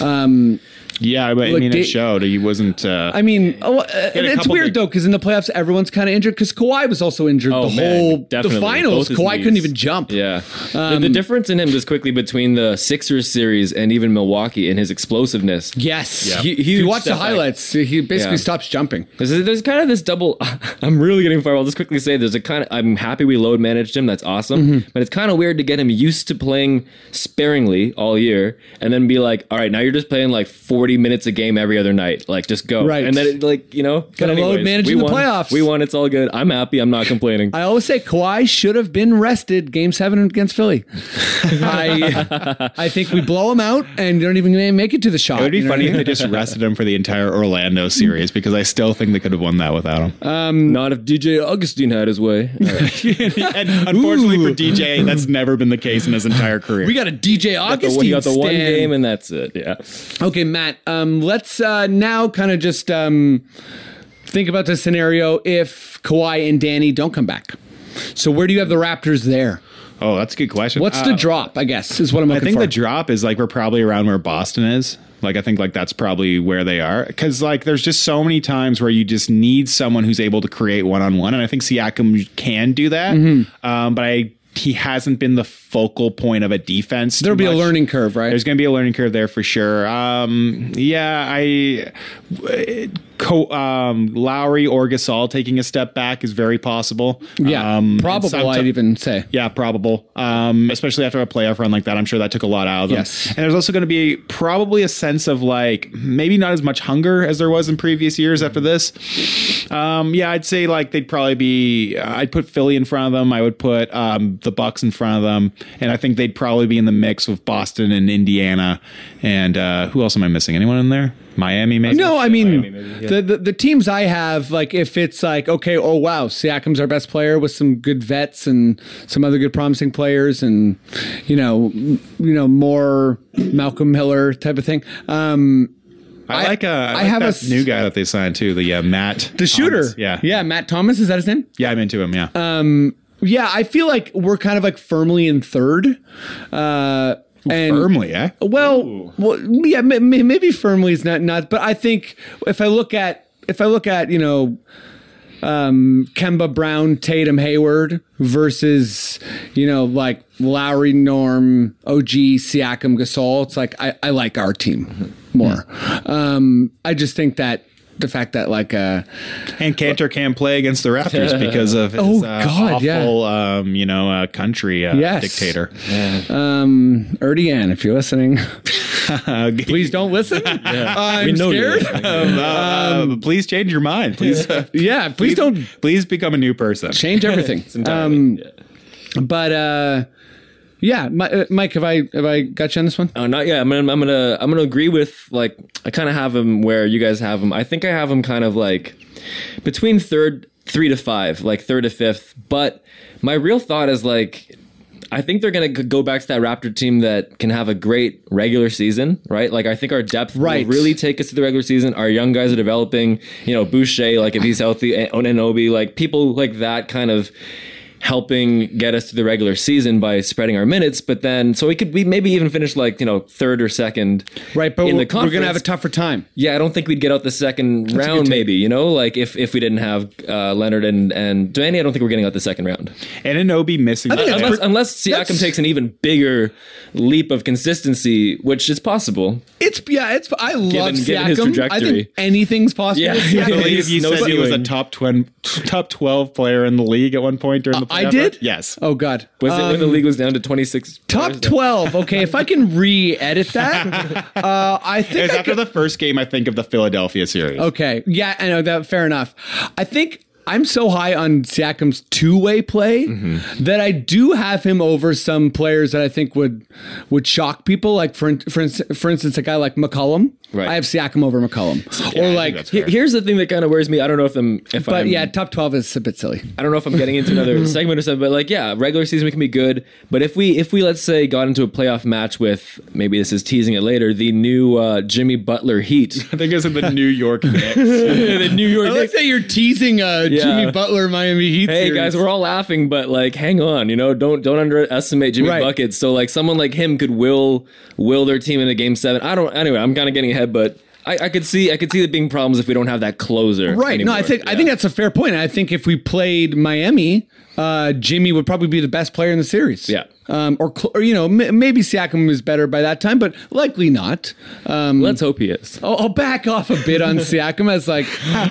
D: Um,
E: yeah, but I
D: Look,
E: mean,
D: Da-
E: it showed he wasn't. Uh,
D: I mean, oh, uh,
E: He had a
D: it's
E: couple
D: weird
E: big-
D: though because in the playoffs everyone's kind of injured because Kawhi was also injured
F: Oh,
D: the
F: man,
D: whole
F: definitely.
D: the finals.
F: Both his
D: Kawhi
F: knees.
D: couldn't even jump.
F: Yeah. The-
D: Um,
F: the, difference in him just quickly between the Sixers series and even Milwaukee and his explosiveness.
D: Yes.
F: Hu-
D: If
F: huge
D: you watch the
F: setback.
D: highlights, he basically
F: Yeah.
D: stops jumping.
F: There's, there's kind of this double. [laughs] I'm really getting fired. I'll just quickly say there's a kind of. I'm happy we load managed him. That's awesome.
D: Mm-hmm.
F: But it's kind of weird to get him used to playing sparingly all year and then be like, all right, now you're just playing like 40 minutes a game every other night. Like, just go.
D: Right.
F: And then, it, like, you know, but
D: Gotta load
F: anyways,
D: manage
F: we
D: in the
F: won.
D: playoffs.
F: We won. It's all good. I'm happy. I'm not complaining.
D: I always say Kawhi should have been rested Game Seven
F: [laughs]
D: against Philly. I I think we blow him out and don't even make it to the shot.
E: it would be
D: you know what I
E: funny if
D: mean?
E: they just rested him for the entire Orlando series because I still think they could have won that without him.
D: Uh,
F: not if DJ Augustine had his
D: [laughs]
F: way. All right.
E: and unfortunately for DJ, that's never been the case in his entire
D: [laughs]
E: career.
D: We got a DJ
F: Got the-
D: Augustine.
F: you got the one
D: stand.
F: game and that's it. Yeah.
D: Okay, Matt. Um, let's uh, now kind of just um, think about the scenario if Kawhi and Danny don't come back. So where do you have the Raptors there?
E: oh, that's a good question.
D: What's the
E: Uh,
D: drop? I guess is what I'm
E: I
D: looking
E: think
D: for.
E: the drop is like we're probably around where Boston is. Like I think like that's probably where they are because like there's just so many times where you just need someone who's able to create one on one, and I think Siakam can do that.
D: Mm-hmm.
E: Um, but I he hasn't been the focal point of a defense.
D: There'll
E: too
D: be a
E: much.
D: learning curve, right?
E: There's going to be a learning curve there for sure. Um, yeah, I. Co, um, Lowry or Gasol taking a step back is very possible.
D: yeah,
E: um, and
D: probable.
E: sometime-
D: I'd even say.
E: yeah, probable. Um, especially after a playoff run like that, I'm sure that took a lot out of them.
D: Yes.
E: And there's also going to be probably a sense of like maybe not as much hunger as there was in previous years after this. Um, yeah, I'd say like they'd probably be. I'd put Philly in front of them. I would put um, the Bucks in front of them, and I think they'd probably be in the mix with Boston and Indiana, and uh, who else am I missing? Anyone in there? Miami, maybe.
D: No, I mean the, the the teams I have, like if it's like okay, oh wow, Siakam's our best player with some good vets and some other good promising players, and you know, m- you know more Malcolm Miller type of thing. Um,
E: I, like. Uh, I,
D: I
E: have
D: have a
E: that
D: s-
E: new guy that they signed too. The uh, Matt,
D: the shooter,
E: Yeah,
D: yeah, Um, Matt Thomas is that his name?
E: yeah. I'm into him. Yeah.
D: Yeah, I feel like we're kind of like firmly in third. Uh, and
E: Firmly, eh?
D: Well, well, yeah, may- may- maybe firmly is not not, but I think if I look at if I look at you know. Um, Kemba Brown, Tatum Hayward versus, you know, like Lowry, Norm, OG, Siakam, Gasol. It's like I, I like our team
E: Mm-hmm.
D: more. Um, I just think that the fact that like uh,
E: And Cantor can play against the
D: [laughs]
E: Raptors because of his
D: Oh,
E: uh,
D: God, yeah.
E: awful, um, you know, uh, country uh,
D: Yes.
E: dictator.
D: um Erdian, if you're listening, [laughs] please don't listen. I'm scared.
E: Um, uh, uh, please change
D: [laughs]
E: your mind. Please. uh,
D: yeah. Please, don't
E: Please become a new
F: [laughs]
E: person.
D: change everything. um, But uh, yeah, Mi- uh, Mike, have I have I got you on this one?
F: Oh, not yet. I'm gonna, I'm gonna, I'm gonna agree with like I kind of have him where you guys have him. I think I have him kind of like between third, three to five, like third to fifth. But my real thought is like I think they're gonna g- go back to that Raptor team that can have a great regular season, right? Like I think our depth
D: Right.
F: will really take us to the regular season. Our young guys are developing. You know, Boucher, like if he's healthy, and Onanobi, like people like that, kind of helping get us to the regular season by spreading our minutes. But then, so we could we maybe even finish like you know third or second,
D: Right, but
F: in the
D: we're, we're
F: conference.
D: gonna have a tougher time.
F: yeah, I don't think we'd get out the second round. Maybe you know, like if if we didn't have uh, Leonard and and Duane, I don't think we're getting out the second round.
E: And Anobi missing.
D: think that's
F: Unless, unless Siakam
D: that's-
F: takes an even bigger leap of consistency, which is possible.
D: It's yeah, it's I love
F: Given-
D: Siakam.
F: given his
D: I think
F: trajectory.
D: anything's possible.
F: Yeah.
D: with
E: I
D: Siakam.
E: believe you
F: No
E: said he was a
F: ceiling.
E: top twen, top twelve player in the league at one point during the.
D: Uh, I
E: playoff
D: did.
E: run. Yes.
D: Oh God.
F: Was it when the league was down Um, to twenty six?
D: Top twelve. Okay, if I can
F: [laughs]
D: re-edit that, uh, I
E: It
D: think
E: was
D: I
E: after
D: could-
E: the first game, I think, of the Philadelphia series.
D: Okay. Yeah, I know that. Fair enough. I think I'm so high on Siakam's two-way play that I do have him over some players that I think would would shock people. Like for in- for, in- for instance, a guy like McCollum.
F: Right.
D: I have Siakam over McCollum. or
E: think
D: like,
E: that's
F: Here- Here's the thing that kind of worries me. I don't know if I'm if
D: but
F: I'm,
D: yeah, top twelve is a bit silly.
F: I don't know if I'm getting into another [laughs] segment or something, but like, yeah, regular season we can be good. But if we, if we, let's say, got into a playoff match with maybe this is teasing it later, the new uh, Jimmy Butler Heat, [laughs]
E: I think it was in the New York
D: [laughs]
E: Knicks.
F: the New York.
D: I like
F: Knicks.
D: that you're teasing uh,
F: Yeah.
D: Jimmy Butler Miami Heat.
F: Hey
D: series.
F: guys, we're all laughing, but like, hang on, you know, don't don't underestimate Jimmy
D: Right.
F: Bucket. So like, someone like him could will will their team into Game Seven. I don't. Anyway, I'm kind of getting ahead, but I, I could see I could see it being problems if we don't have that closer.
D: right. No, I
F: anymore.
D: think I
F: Yeah.
D: think that's a fair point. I think if we played Miami, uh, Jimmy would probably be the best player in the series.
F: Yeah.
D: Um, or, cl- or you know m- maybe Siakam is better by that time, but likely not. Um,
F: Let's hope he is.
E: Oh,
D: I'll, I'll back off a bit on Siakam as like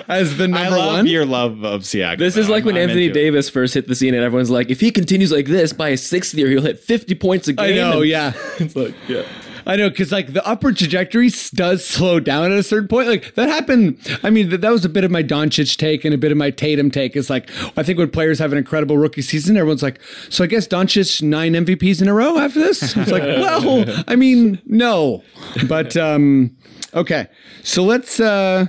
D: as the
E: I
D: number
E: love
D: one.
E: your love of Siakam.
F: This is
E: though.
F: like when
E: I'm
F: Anthony
E: into it.
F: Davis first hit the scene, and everyone's like, if he continues like this by his sixth year, he'll hit 50 points a game.
D: I know.
F: And-
D: Yeah.
F: It's like, yeah.
D: I know, because like the upward trajectory s- does slow down at a certain point. Like that happened. I mean, th- that was a bit of my Doncic take and a bit of my Tatum take. It's like I think when players have an incredible rookie season, everyone's like, "So I guess Doncic nine MVPs in a row after this." It's like, well, I mean, no, but um, okay. So let's. uh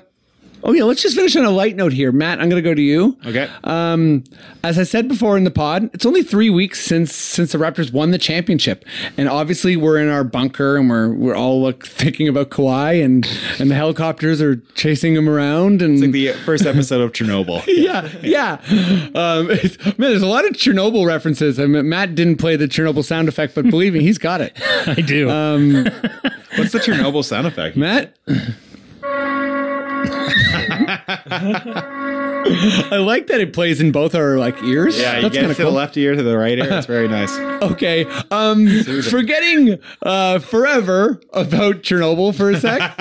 D: Oh yeah, let's just finish on a light note here, Matt. I'm gonna go to you.
E: Okay.
D: Um, as I said before in the pod, it's only three weeks since since the Raptors won the championship, and obviously we're in our bunker and we're we're all like [laughs] thinking about Kawhi and and the helicopters are chasing him around and
E: the first episode of Chernobyl.
D: [laughs] yeah, yeah. Um, [laughs] it's- man, there's a lot of Chernobyl references. I mean, Matt didn't play the Chernobyl sound effect, but believe me, he's got
E: [laughs]
D: it.
C: I do.
E: What's the Chernobyl sound effect?
D: Matt.
E: [laughs]
D: I like that it plays in both our like ears.
E: Yeah, you
D: That's
E: get
D: kinda
E: it to the left ear to the right ear.
D: [laughs]
E: It's very nice.
D: Okay. Um, forgetting uh, forever about Chernobyl for a sec.
E: [laughs]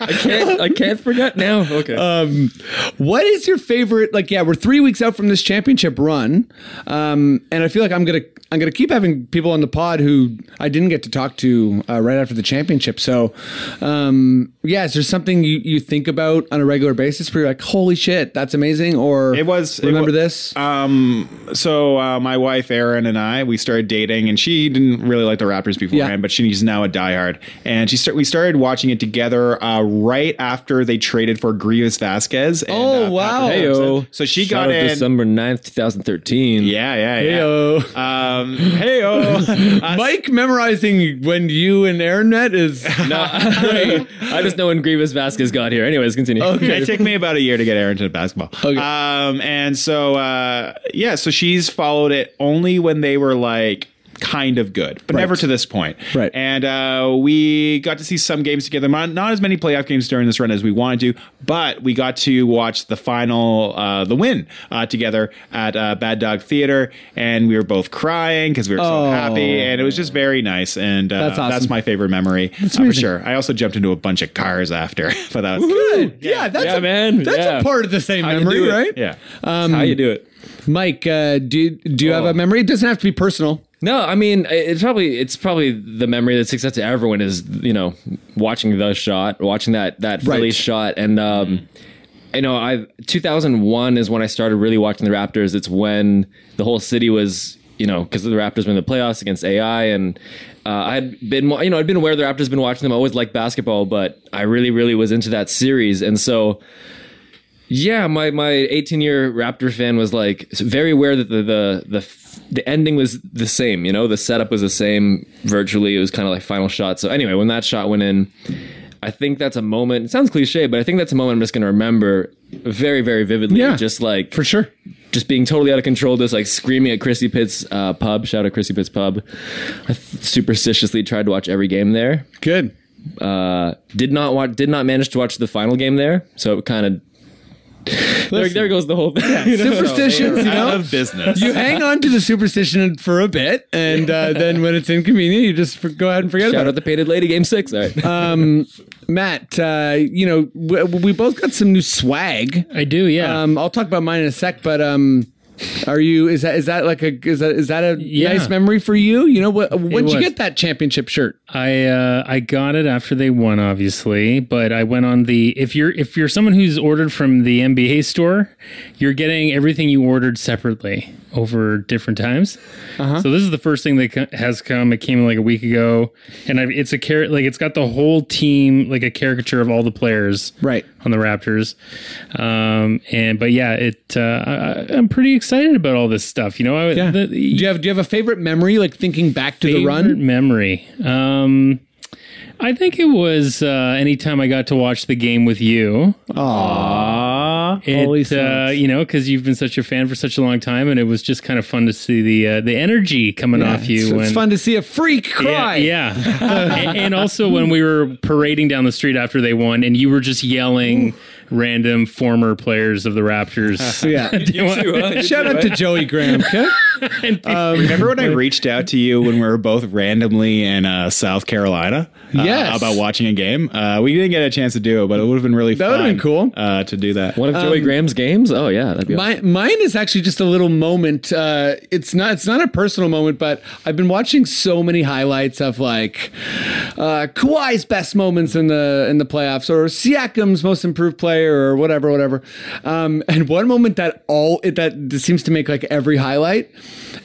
F: I can't, [laughs] I can't forget now. Okay.
D: um, what is your favorite? Like, yeah, we're three weeks out from this championship run, um, and I feel like I'm gonna I'm gonna keep having people on the pod who I didn't get to talk to uh, right after the championship. So, um, yeah, is there something you, you think about on a regular basis where you're like, holy shit, that's amazing? Or
E: It was- it
D: remember
E: wa-
D: this?
E: Um, so uh, my wife Erin and I we started dating, and she didn't really like the Raptors beforehand,
D: Yeah.
E: but she's now a diehard. And she start, we started watching it together uh, right after they traded for Grievous Vasquez. And,
D: Oh,
E: uh,
D: wow.
E: Patrick
F: Hey,
E: Williamson.
F: yo.
E: So she
F: Shout
E: got
F: out
E: in.
F: December 9th, 2013.
E: yeah, yeah, yeah.
D: Heyo.
E: Um,
D: [laughs]
E: heyo. Uh,
D: Mike memorizing when you and Aaron met
E: [laughs]
D: is
F: No, I just know when Grievous Vasquez got here. Anyways, continue.
D: Oh.
E: It took me about a year to get Aaron to basketball. Um, and so, uh, yeah, so she's followed it only when they were like kind of good, but never to this point.
D: Right.
E: And uh, we got to see some games together, not, not as many playoff games during this run as we wanted to, but we got to watch the final, uh, the win uh, together at uh, Bad Dog Theater. And we were both crying because we were so
D: Oh.
E: happy. And it was just very nice. And uh,
D: That's
E: that's,
D: awesome.
E: my favorite memory uh, for
D: amazing.
E: sure. I also jumped into a bunch of cars after, [laughs] but that was
D: Good. Yeah, that's
F: Yeah,
D: a,
F: man.
D: That's
F: Yeah.
D: a part of the same
F: you
D: memory,
F: do it.
D: right? Uh, Um,
E: Yeah.
F: That's how you do it? Oh.
D: Mike, uh, do do you have a memory? It doesn't have to be personal.
F: No, I mean it- it's probably it's probably the memory that sticks out to everyone is you know watching the shot, watching that that
D: Right.
F: Phillies shot, and um, you know I 2001 is when I started really watching the Raptors. It's when the whole city was you know because the Raptors were in the playoffs against AI, and uh, I'd been you know I'd been aware of the Raptors, been watching them, I always liked basketball, but I really really was into that series, and so. Yeah, my my 18 year Raptor fan was like very aware that the the the the ending was the same. You know, the setup was the same virtually. It was kind of like final shot. So anyway, when that shot went in, I think that's a moment. It sounds cliche, but I think that's a moment I'm just going to remember very very vividly.
D: Yeah.
F: just like
D: for sure.
F: just being totally out of control, just like screaming at Chrissy Pitt's uh, pub. Shout out Chrissy Pitt's pub. I th- superstitiously tried to watch every game there. [laughs]
D: Good.
F: Uh, did not watch. Did not manage to watch the final game there. So it kind of. There, there goes the whole thing. you know?
D: Superstitions,
F: [laughs]
D: you know,
E: of business.
D: you hang on to the superstition for a bit, and uh, then when it's inconvenient, you just for- go ahead and forget
F: Shout
D: about
F: out the Painted Lady, Game Six. All right.
D: um, Matt, uh, you know, w- we both got some new swag.
C: I do, yeah.
D: Um, I'll talk about mine in a sec, but um, are you? Is that is that like a is that is that a
C: Yeah.
D: nice memory for you? You know, what when did you
C: was.
D: get that championship shirt?
C: I uh, I got it after they won, obviously, but I went on the if you're if you're someone who's ordered from the NBA store, you're getting everything you ordered separately over different times.
D: Uh-huh.
C: So this is the first thing that co- has come. It came like a week ago, and I, it's a car- like it's got the whole team like a caricature of all the players
D: Right.
C: on the Raptors. Um, and but yeah, it uh, I, I'm pretty excited about all this stuff. You know, I, the-
D: do you have do you have a favorite memory? Like thinking back to the
C: Favorite
D: run.
C: memory. Um, I think it was uh, anytime I got to watch the game with you.
D: Aww,
C: It, uh, you know, because you've been such a fan for such a long time, and it was just kind of fun to see the uh, the energy coming off you.
D: it's,
C: when,
D: it's fun to see a freak cry. [laughs]
C: yeah. yeah. [laughs] and, and also when we were parading down the street after they won, and you were just yelling random former players of the Raptors.
D: [laughs] Yeah. Shout out to Joey
C: [laughs]
D: Graham. okay?
E: Remember when I reached out to you when we were both randomly in uh, South Carolina? Uh,
D: Yes.
E: About watching a game. Uh, we didn't get a chance to do it, but it would have been really
D: That
E: fun.
D: would've been cool.
E: uh, to do that.
F: [laughs] One of Joey Graham's games? Oh yeah, that'd be
D: My, mine is actually just a little moment. Uh, it's not it's not a personal moment, but uh, I've been watching so many highlights of like uh, Kawhi's best moments in the in the playoffs, or Siakam's most improved player, or whatever, whatever. Um, and one moment that all it, that seems to make like every highlight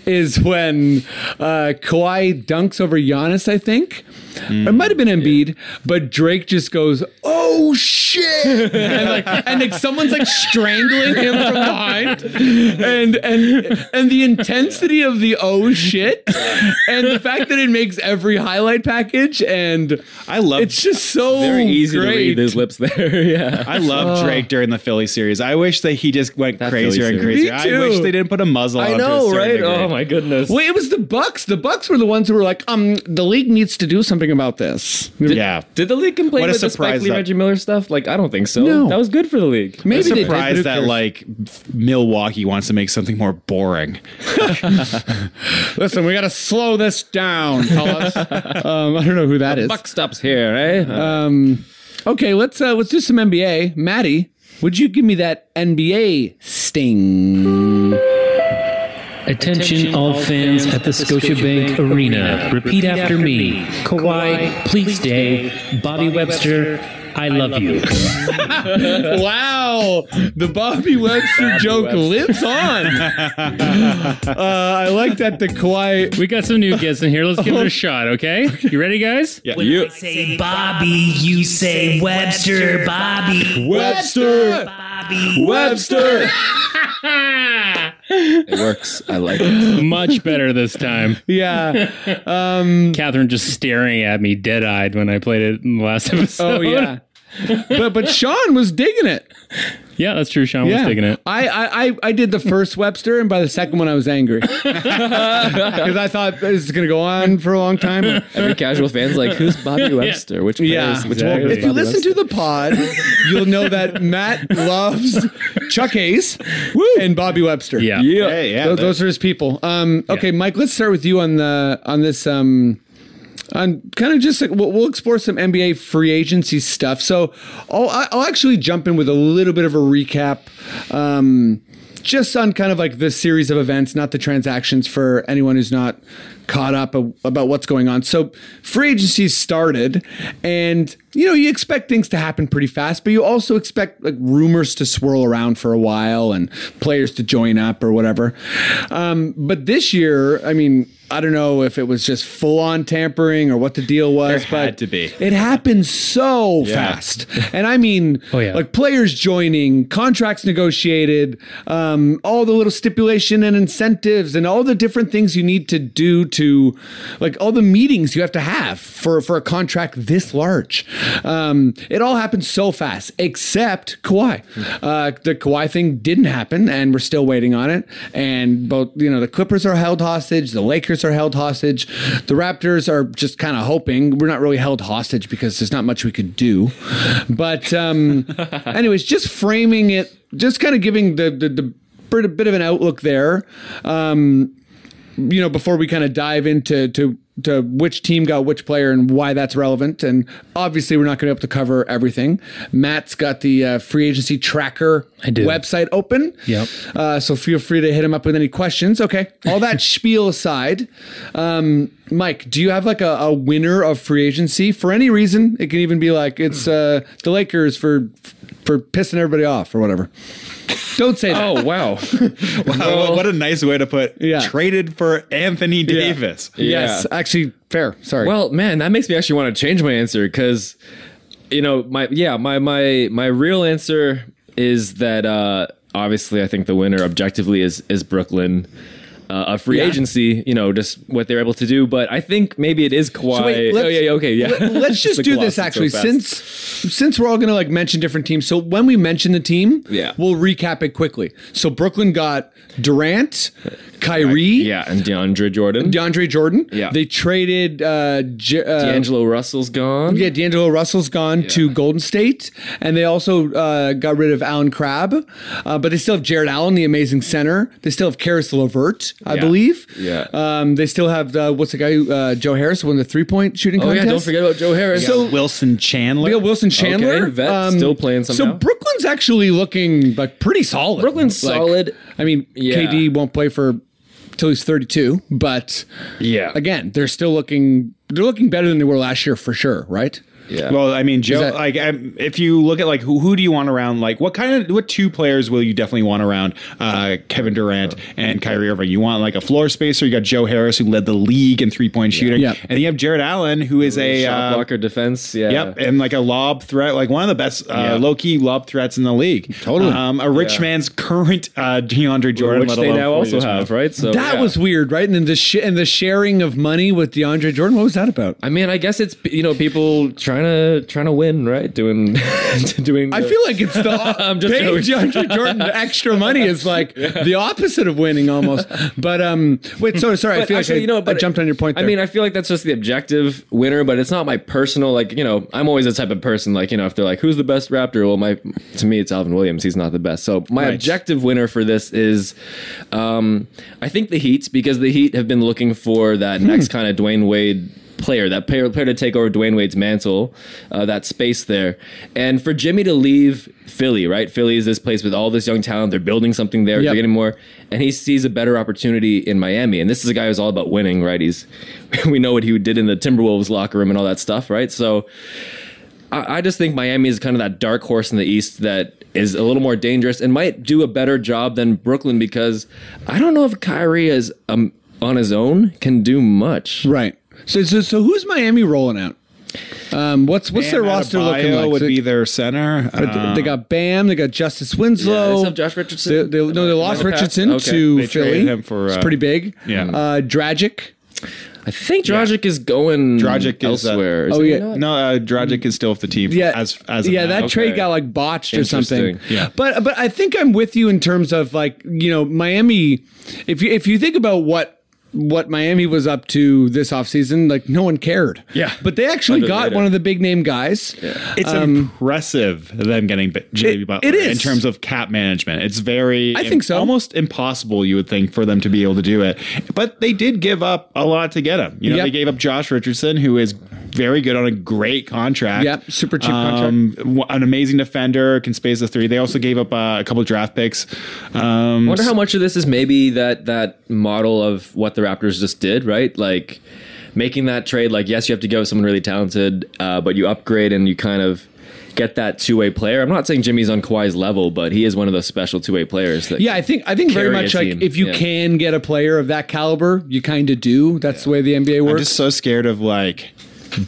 D: is when uh, Kawhi dunks over Giannis. I think it might have been
F: Mm.
D: Embiid, but Drake just goes,
F: [laughs]
D: "Oh shit!" and like, and like someone's like strangling him from behind, and and and the intensity of the oh shit, and the fact that it makes every highlight package, and
E: I love
D: it's just so
F: very easy
D: great.
F: to read his lips there. [laughs]
E: [laughs]
F: yeah.
E: I
D: Oh.
E: love Drake during the Philly series. I wish that he just went
F: That
E: crazier
F: Philly
E: and
F: series.
E: crazier.
D: Me
E: I wish
D: too.
E: they didn't put a muzzle.
D: I
E: on him to a
D: know,
E: certain
D: right?
E: degree.
F: Oh my goodness.
D: Well, it was the Bucks. The Bucks were the ones who were like, um, the league needs to do something about this.
E: Yeah.
F: Did the league complain
E: What a
F: about the Spike
E: surprise
F: Lee
E: that-
F: Reggie Miller stuff? Like I don't think so.
D: No.
F: That was good for the league.
D: Maybe they did, but who
E: surprised that
D: cares?
E: like Milwaukee wants to make something more
D: [laughs]
E: boring.
D: Listen, we got to slow this down. Tullis. [laughs] um, I don't know who that is.
F: Buck stops here, eh?
D: Um, okay, let's uh, let's do some NBA. Maddie, would you give me that NBA sting?
J: [laughs] Attention all fans at the Scotiabank Arena. Repeat
F: Uh,
J: after me. Kawhi, please stay. Bobby Webster, I love you.
D: [laughs] wow, the Bobby Webster joke lives
E: [laughs]
D: on. uh, I like that the Kawhi.
C: We got some new guests in here. Let's give
D: [laughs]
C: it a shot, okay? You ready, guys?
E: Yeah. You,
J: Say Bobby, you say Webster, Bobby.
D: Webster,
J: Bobby.
D: Webster.
E: [laughs]
F: it works. I like it.
C: Much better this time.
D: Yeah.
C: Catherine just staring at me dead eyed when I played it in the last [laughs]
D: [laughs]
C: episode.
D: Oh yeah. but but Sean was digging it.
C: Yeah, that's true. Sean
D: Yeah.
C: was digging it.
D: I, I I I did the first Webster, and by the second one, I was angry [laughs] because I thought this is going to go on for a long
C: [laughs]
D: time.
F: Every casual fan's like, who's Bobby Webster? Which player
D: Yeah.
F: is- which
C: Exactly.
F: player is
D: If you
F: Bobby
D: listen to the pod, you'll know that Matt loves Chuck Hayes and Bobby Webster.
C: Yeah.
F: Webster? yeah.
E: Hey, yeah,
D: Tho- those are his people. Um, okay, Mike, let's start with you on the on this um, on kind of just like we'll, we'll explore some NBA free agency stuff. So I'll I- I'll actually jump in with a little bit of a recap. Um, just on kind of like this series of events, not the transactions for anyone who's not caught up a- about what's going on. So free agency started, and you know you expect things to happen pretty fast, but you also expect like rumors to swirl around for a while and players to join up or whatever. Um, but this year, I mean. I don't know if it was just full on tampering or what the deal was,
E: There
D: but
E: had to be.
D: it happened so fast. And I mean, like players joining, contracts negotiated, um, all the little stipulation and incentives and all the different things you need to do to like all the meetings you have to have for, for a contract this large. Um, it all happened so fast, except Kawhi. Uh, the Kawhi thing didn't happen and we're still waiting on it. And both, you know, the Clippers are held hostage, the Lakers are held hostage, the Raptors are just kind of hoping. We're not really held hostage because there's not much we could do. But, um, anyways, just framing it, just kind of giving the, the, the bit, a bit of an outlook there. Um, you know, before we kind of dive into to to which team got which player and why that's relevant, and obviously we're not going to be able to cover everything. Matt's got the uh, free agency tracker website open.
C: Yep.
D: Uh, so feel free to hit him up with any questions. Okay. All that spiel aside, um, Mike, do you have like a, a winner of free agency for any reason? It can even be like it's uh, the Lakers for for pissing everybody off or whatever. Don't say that.
F: Oh
D: [laughs]
F: wow!
E: wow Oh, what a nice way to put traded for Anthony Davis.
D: Yes, actually, fair.
F: [laughs]
D: Sorry.
F: Well, man, that makes me actually want to change my answer because, you know, my yeah, my my my real answer is that uh, obviously I think the winner objectively is is Brooklyn. Uh, a free
D: Yeah.
F: agency, you know, just what they're able to do. But I think maybe it is Kawhi.
D: So wait,
F: oh, yeah, yeah, okay, yeah. [laughs]
D: let- Let's just
F: like
D: do
F: glossed
D: this
F: it so
D: actually,
F: fast.
D: since since we're all gonna like mention different teams. So when we mention the team,
F: Yeah.
D: we'll recap it quickly. So Brooklyn got Durant, Kyrie,
F: yeah, and DeAndre Jordan,
D: DeAndre Jordan.
F: Yeah.
D: they traded uh, J- uh
F: D'Angelo Russell's gone.
D: Yeah, D'Angelo Russell's gone to Golden State, and they also uh, got rid of Allen Crabb, uh, but they still have Jared Allen, the amazing center. They still have Karis LeVert, I
F: Yeah.
D: believe.
F: Yeah.
D: Um, they still have the, what's the guy? who, Uh, Joe Harris who won the three point shooting
F: Oh
D: contest.
F: yeah, don't forget about Joe Harris.
D: So
E: Wilson Chandler.
D: yeah, Wilson Chandler, Um,
F: Okay, vet, still playing
D: So
F: somehow.
D: Brooklyn's actually looking like pretty solid.
F: Brooklyn's
D: Like,
F: solid.
D: I mean,
F: Yeah.
D: KD won't play for till he's 32, but
F: yeah,
D: again, they're still looking they're looking better than they were last year for sure, right?
F: yeah.
E: Well, I mean, Joe,
D: that-
E: like, um, if you look at like who who do you want around? Like, what kind of what two players will you definitely want around? Uh, Kevin Durant and Kyrie Irving. You want like a floor spacer. You got Joe Harris who led the league in three point shooting,
D: Yeah.
E: and you have Jared Allen who is a
F: shot
E: uh,
F: blocker defense. Yeah.
E: Yep, and like a lob threat, like one of the best uh,
F: Yeah.
E: low key lob threats in the league.
D: Totally.
E: um, a rich
F: Yeah.
E: man's current uh, DeAndre Jordan,
F: Which
E: let
F: they
E: alone
F: now
E: four
F: also
E: years from
F: have,
E: now.
F: right? So
D: that
F: yeah.
D: was weird, right? And then the sh- and the sharing of money with DeAndre Jordan, what was that about?
F: I mean, I guess it's you know people trying to trying to win, right? Doing [laughs] doing.
D: I
F: the-
D: feel like it's the I'm
F: [laughs] I'm just
D: paying
F: joking.
D: DeAndre Jordan extra money
F: [laughs]
D: is like the opposite of winning almost. But um, wait, sorry, sorry. I
F: But
D: feel
F: actually,
D: like I,
F: you know,
D: I
F: but-
D: jumped on your point. There.
F: I mean, I feel like that's just the objective winner, but it's not my personal like. You know, I'm always the type of person like you know if they're like, who's the best Raptor? Well, my to me it's Alvin Williams. He's not the best. So my objective winner for this is, um, I think the Heat's because the Heat have been looking for that next kind of Dwayne Wade. Player that player player to take over Dwayne Wade's mantle, uh, that space there, and for Jimmy to leave Philly, right? Philly is this place with all this young talent. They're building something there.
D: Yep.
F: They're getting more, and he sees a better opportunity in Miami. And this is a guy who's all about winning, right? He's [laughs] we know what he did in the Timberwolves locker room and all that stuff, right? So I, I just think Miami is kind of that dark horse in the East that is a little more dangerous and might do a better job than Brooklyn because I don't know if Kyrie is um, on his own can do much.
D: right. So, so so who's Miami rolling out? Um, what's what's their
E: Bam
D: roster
E: Adebayo
D: looking like?
E: Would
D: So-
E: be their center.
D: But they
E: Um,
D: got Bam. They got Justice Winslow.
F: Yeah, they still have Josh Richardson.
D: They, they- no, they lost
F: Michael Pat-
D: Richardson
F: okay.
D: to
E: They traded
D: Philly.
E: him for,
D: it's
E: uh,
D: pretty big.
E: yeah.
D: Uh, Dragic.
F: I think Dragic is going
E: Dragic is, uh,
F: elsewhere.
D: oh,
F: he
D: yeah.
F: not?
E: no, uh, Dragic is still with the team.
D: Yeah.
E: as as of
D: yeah,
E: now.
D: that
F: Okay.
D: trade got like botched or something.
F: Interesting.
E: Yeah.
D: But but I think I'm with you in terms of like you know Miami. If you if you think about what. What Miami was up to this offseason, like no one cared.
E: Yeah.
D: But they actually
F: Under the
D: got
F: radar.
D: one of the big name guys.
E: It's impressive them getting B- Jimmy
D: um, it
E: Butler
D: is.
E: in terms of cap management. It's very,
D: I think so.
E: almost impossible. You would think for them to be able to do it, but they did give up a lot to get him. You know,
D: Yep.
E: they gave up Josh Richardson, who is very good on a great contract.
D: Yep, super cheap
E: contract. An amazing defender can space the three. They also gave up uh, a couple draft picks. Um,
F: wonder how much of this is maybe that that model of what the Raptors just did, right? Like making that trade. Like, yes, you have to go with someone really talented, uh, but you upgrade and you kind of get that two way player. I'm not saying Jimmy's on Kawhi's level, but he is one of those special two way players. That
D: yeah, I think I think very
F: carry a
D: much like
F: team,
D: if you
F: yeah.
D: can get a player of that caliber, you kind of do. That's the way the NBA
E: I'm
D: works.
E: just so scared of like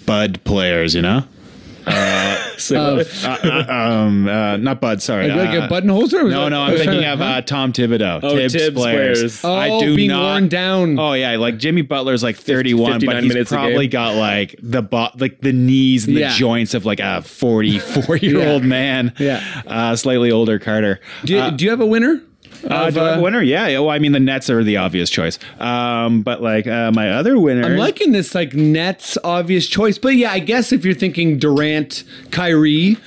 E: bud players, you know.
F: [laughs]
E: Uh,
D: what?
E: uh, uh, um, uh, not Bud, sorry.
D: Like, like
E: uh,
D: a buttonholzer?
E: No, no, I'm thinking
D: [laughs]
E: of uh, Tom Thibodeau.
F: Oh,
E: Tibbs,
F: Tibbs players.
E: I
D: Oh,
E: do
D: being
E: not.
D: worn down.
E: Oh yeah, like Jimmy Butler's like 31, but
F: 59
E: he's
F: minutes a game.
E: probably got like the bo- like the knees and
D: Yeah.
E: the joints of like a 44 year old
D: Yeah.
E: man.
D: [laughs] Yeah.
E: uh, slightly older Carter.
D: Do, you
E: Uh,
D: do you have a winner?
E: uh,
D: Of,
E: do I have
D: uh,
E: a winner? Yeah. yeah, Well, I mean, the Nets are the obvious choice. Um, but like uh, my other winner,
D: I'm liking this like Nets obvious choice, but yeah, I guess if you're thinking Durant, Kyrie,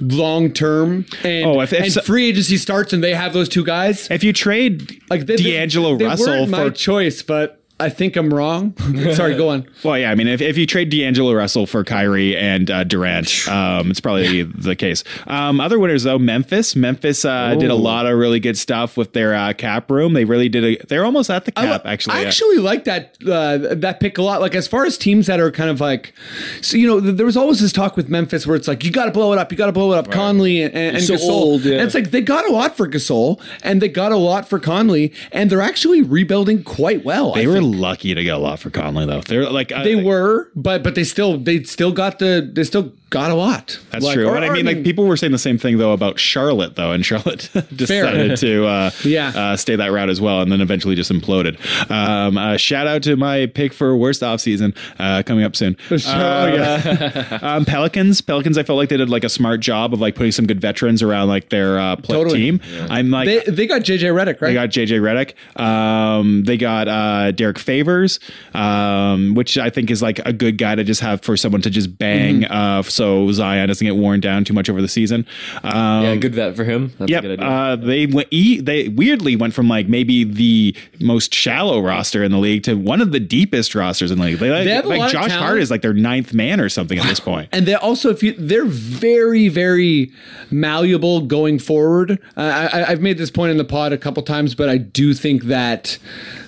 D: long term, and,
E: Oh, if- if
D: and
E: so-
D: free agency starts and they have those two guys,
E: if you trade
D: like
E: like
D: they, they-
E: D'Angelo
D: they
E: Russell
D: weren't my
E: for
D: choice, but I think I'm wrong. [laughs] Sorry, go on.
E: Well, yeah, I mean, if, if you trade D'Angelo Russell for Kyrie and
D: [sighs]
E: uh, Durant, um, it's probably the case. Um, other winners though, Memphis. Memphis uh, did a lot of really good stuff with their uh, cap room. They really did. A, they're almost at the
D: I li-
E: cap, actually.
D: I
E: yeah.
D: actually like that uh, that pick a lot. Like as far as teams that are kind of like, so you know, th- there was always this talk with Memphis where it's like you got to blow it up, you got to blow it up. Conley and, and, and
F: so
D: Gasol,
F: old, yeah.
D: and it's like they got a lot for Gasol and they got a lot for Conley, and they're actually rebuilding quite well.
E: they
D: I
E: were
D: think.
E: lucky to get a lot for Conley though. They're like uh,
D: they were, but but they still they still got the they still got a lot.
E: That's
D: Like,
E: true.
D: or-
E: But I
D: or
E: mean, like people were saying the same thing though about Charlotte though, and [laughs] Charlotte decided to uh,
D: Yeah.
E: uh, stay that route as well, and then eventually just imploded. Um, uh, shout out to my pick for worst offseason uh, coming up soon.
D: Oh, Charlotte,
E: um, [laughs] Pelicans, Pelicans. I felt like they did like a smart job of like putting some good veterans around like their uh, play
D: Totally.
E: team. I'm like.
D: they they got JJ Redick right.
E: they got JJ Redick. Um, they got uh, Derek Favors, um, which I think is like a good guy to just have for someone to just bang,
D: Mm-hmm.
E: uh, so Zion doesn't get worn down too much over the season. Um,
F: yeah, good vet for him. That's
E: Yep,
F: a good idea.
E: uh, they went. E- they weirdly went from like maybe the most shallow roster in the league to one of the deepest rosters in the league. They, like,
D: They have a
E: like
D: lot of
E: Josh
D: talent.
E: Hart is like their ninth man or something at this point.
D: and they also if you they're very very malleable going forward uh, I, i've made this point in the pod a couple times but i do think that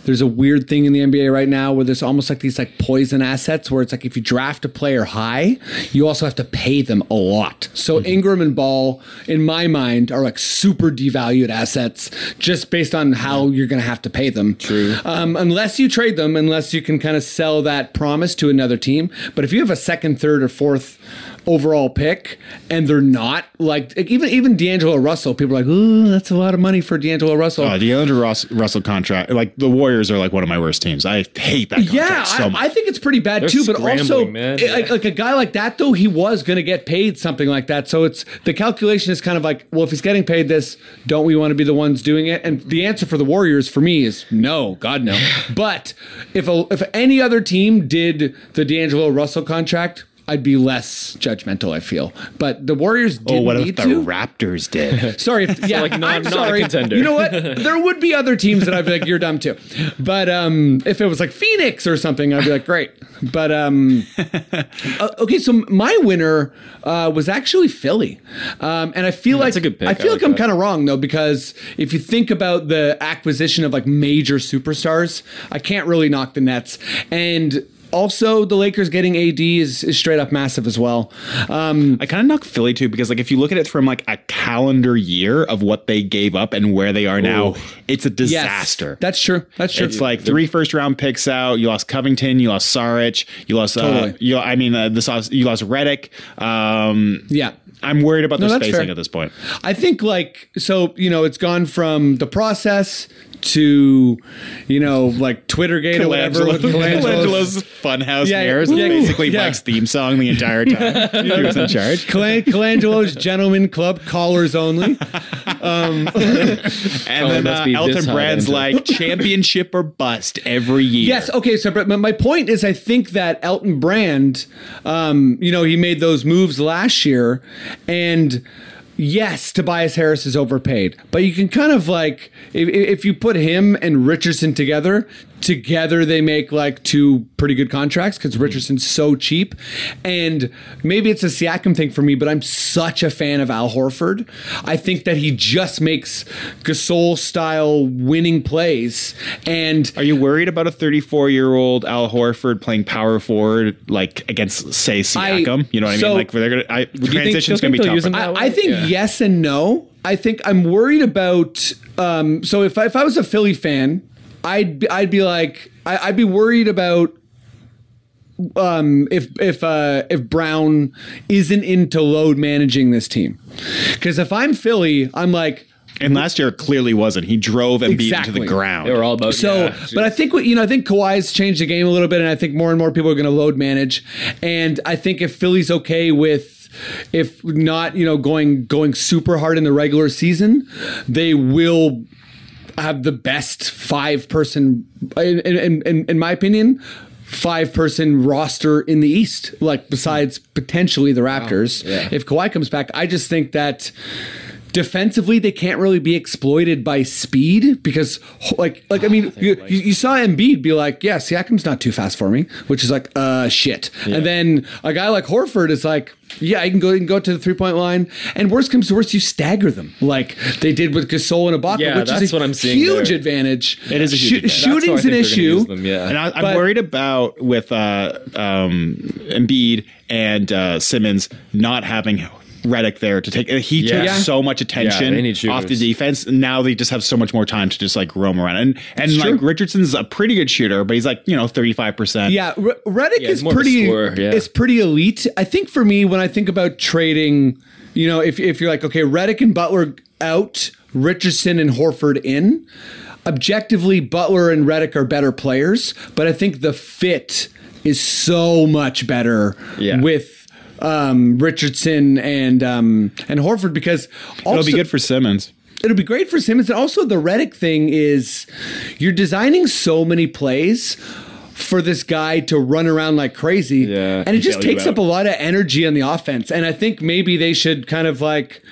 D: there's a weird thing in the nba right now where there's almost like these like poison assets where it's like if you draft a player high you also have to pay them a lot so ingram and ball in my mind are like super devalued assets just based on how you're gonna have to pay them true um, unless you trade them unless you can kind of sell that promise to another team but if you have a second third or fourth overall pick and they're not like even even d'angelo russell people are like ooh that's a lot of money for d'angelo russell
E: Uh, the Andrew Ross, Russell contract, like the Warriors are like one of my worst teams. I hate that. Contract
D: yeah,
E: so much.
D: I, I think it's pretty bad too. But also,
F: scrambling, man.
D: it- like, like a guy like that, though, he was going to get paid something like that. So it's the calculation is kind of like, well, if he's getting paid this, don't we want to be the ones doing it? And the answer for the Warriors for me is no, God
E: [sighs]
D: no. but if a, if any other team did the D'Angelo Russell contract. I'd be less judgmental, I feel. But the Warriors did
E: oh, what
D: need
E: if the
D: to.
E: Raptors did?
F: [laughs]
D: Sorry, if, yeah,
F: like, not-
D: I'm
F: not a
D: sorry.
F: contender.
D: You
F: [laughs]
D: know what? There would be other teams that I'd be like, you're dumb too. But um, if it was like Phoenix or something, I'd be like, great.
F: [laughs]
D: But um, uh, okay, so my winner uh, was actually Philly, um, and I feel like
F: that's a good pick.
D: I feel
F: I
D: like,
F: like
D: I'm
F: that.
D: kind of wrong though because if you think about the acquisition of like major superstars, I can't really knock the Nets and. Also, the Lakers getting AD is, is straight up massive as well. Um,
E: I kind of knock Philly too because like if you look at it from like a calendar year of what they gave up and where they are now, it's a
D: yes,
E: disaster.
D: That's true. That's true.
E: It's like three first round picks out. You lost Covington. You lost Saric. You lost. Uh,
D: Totally.
E: you, I mean, uh, this you lost Reddick. Um,
D: Yeah.
E: I'm worried about
D: No,
E: the
D: that's
E: spacing
D: fair.
E: at this point.
D: I think like so you know it's gone from the process to you know like Twittergate or whatever with
E: [laughs]
D: Colangelo's.
E: Colangelo's funhouse
D: Yeah,
E: mirrors is
D: yeah,
E: basically
D: yeah.
E: Mike's theme song the entire
D: [laughs]
E: time. he was in charge,
D: Colan- Colangelo's Gentleman Club callers only.
E: and
F: Oh, it
E: then
F: must
E: uh,
F: be this
E: Elton
F: hot
E: Brand's
F: into-
E: like championship or bust every year.
D: Yes. Okay. So, but my point is, I think that Elton Brand, um, you know, he made those moves last year, and yes, Tobias Harris is overpaid, but you can kind of like if, if you put him and Richardson together, together they make like two pretty good contracts because Richardson's so cheap. And maybe it's a Siakam thing for me, but I'm such a fan of Al Horford. I think that he just makes Gasol style winning plays. And
E: are you worried about a 34 year old Al Horford playing power forward like against say Siakam? you know what I
D: so-
E: mean? Like where they're gonna I,
D: Do you think-
E: transition's
D: don't
E: gonna
D: think
E: be
D: they'll
E: tough.
D: use him that I, I think yes and no. I think I'm worried about. Um, so if I, if I was a Philly fan, I'd be- I'd be like I, I'd be worried about um, if if uh, if Brown isn't into load managing this team. Because if I'm Philly, I'm like.
E: And last year clearly wasn't. He drove and beat him to the
D: Exactly.
E: ground.
F: They were all about
D: So, but I think what you know, I think Kawhi's changed the game a little bit, and I think more and more people are going to load manage. And I think if Philly's okay with if not, you know, going going super hard in the regular season, they will have the best five person, in in, in, in my opinion. Five person roster in the East, like besides potentially the Raptors. If Kawhi comes back, I just think that defensively they can't really be exploited by speed because like like Ah, I mean you, you, you saw Embiid be like yeah Siakam's not too fast for me which is like uh shit and then a guy like Horford is like yeah I can go I can go to the three point line and worst comes to worst you stagger them like they did with Gasol and Ibaka
F: Yeah,
D: which
F: that's
D: is a
F: what I'm seeing
D: huge
F: there.
D: advantage
E: It is a huge advantage.
D: Shoo- shooting's an issue
E: And I, I'm
D: But-
E: worried about with uh, um, Embiid and uh, Simmons not having Redick there to take. He took
F: Yeah.
E: so much
F: Yeah, they
E: attention
F: need shooters.
E: off the defense. Now they just have so much more time to just like roam around. And and
D: It's
E: like
D: true.
E: Richardson's a pretty good shooter, but he's like you know 35. percent
D: Yeah, Re- Reddick
E: Yeah, he's
D: is
E: more of a
D: pretty
E: scorer, yeah.
D: is pretty elite. I think for me, when I think about trading, you know, if if you're like, okay, Reddick and Butler out, Richardson and Horford in. Objectively, Butler and Reddick are better players, but I think the fit is so much better with um, Richardson and um, and Horford because also,
E: It'll be good for Simmons.
D: It'll be great for Simmons. And also, the Reddick thing is you're designing so many plays for this guy to run around like crazy. Yeah. And it just
E: Bail you
D: takes
E: out.
D: up a lot of energy on the offense. And I think maybe they should kind of like.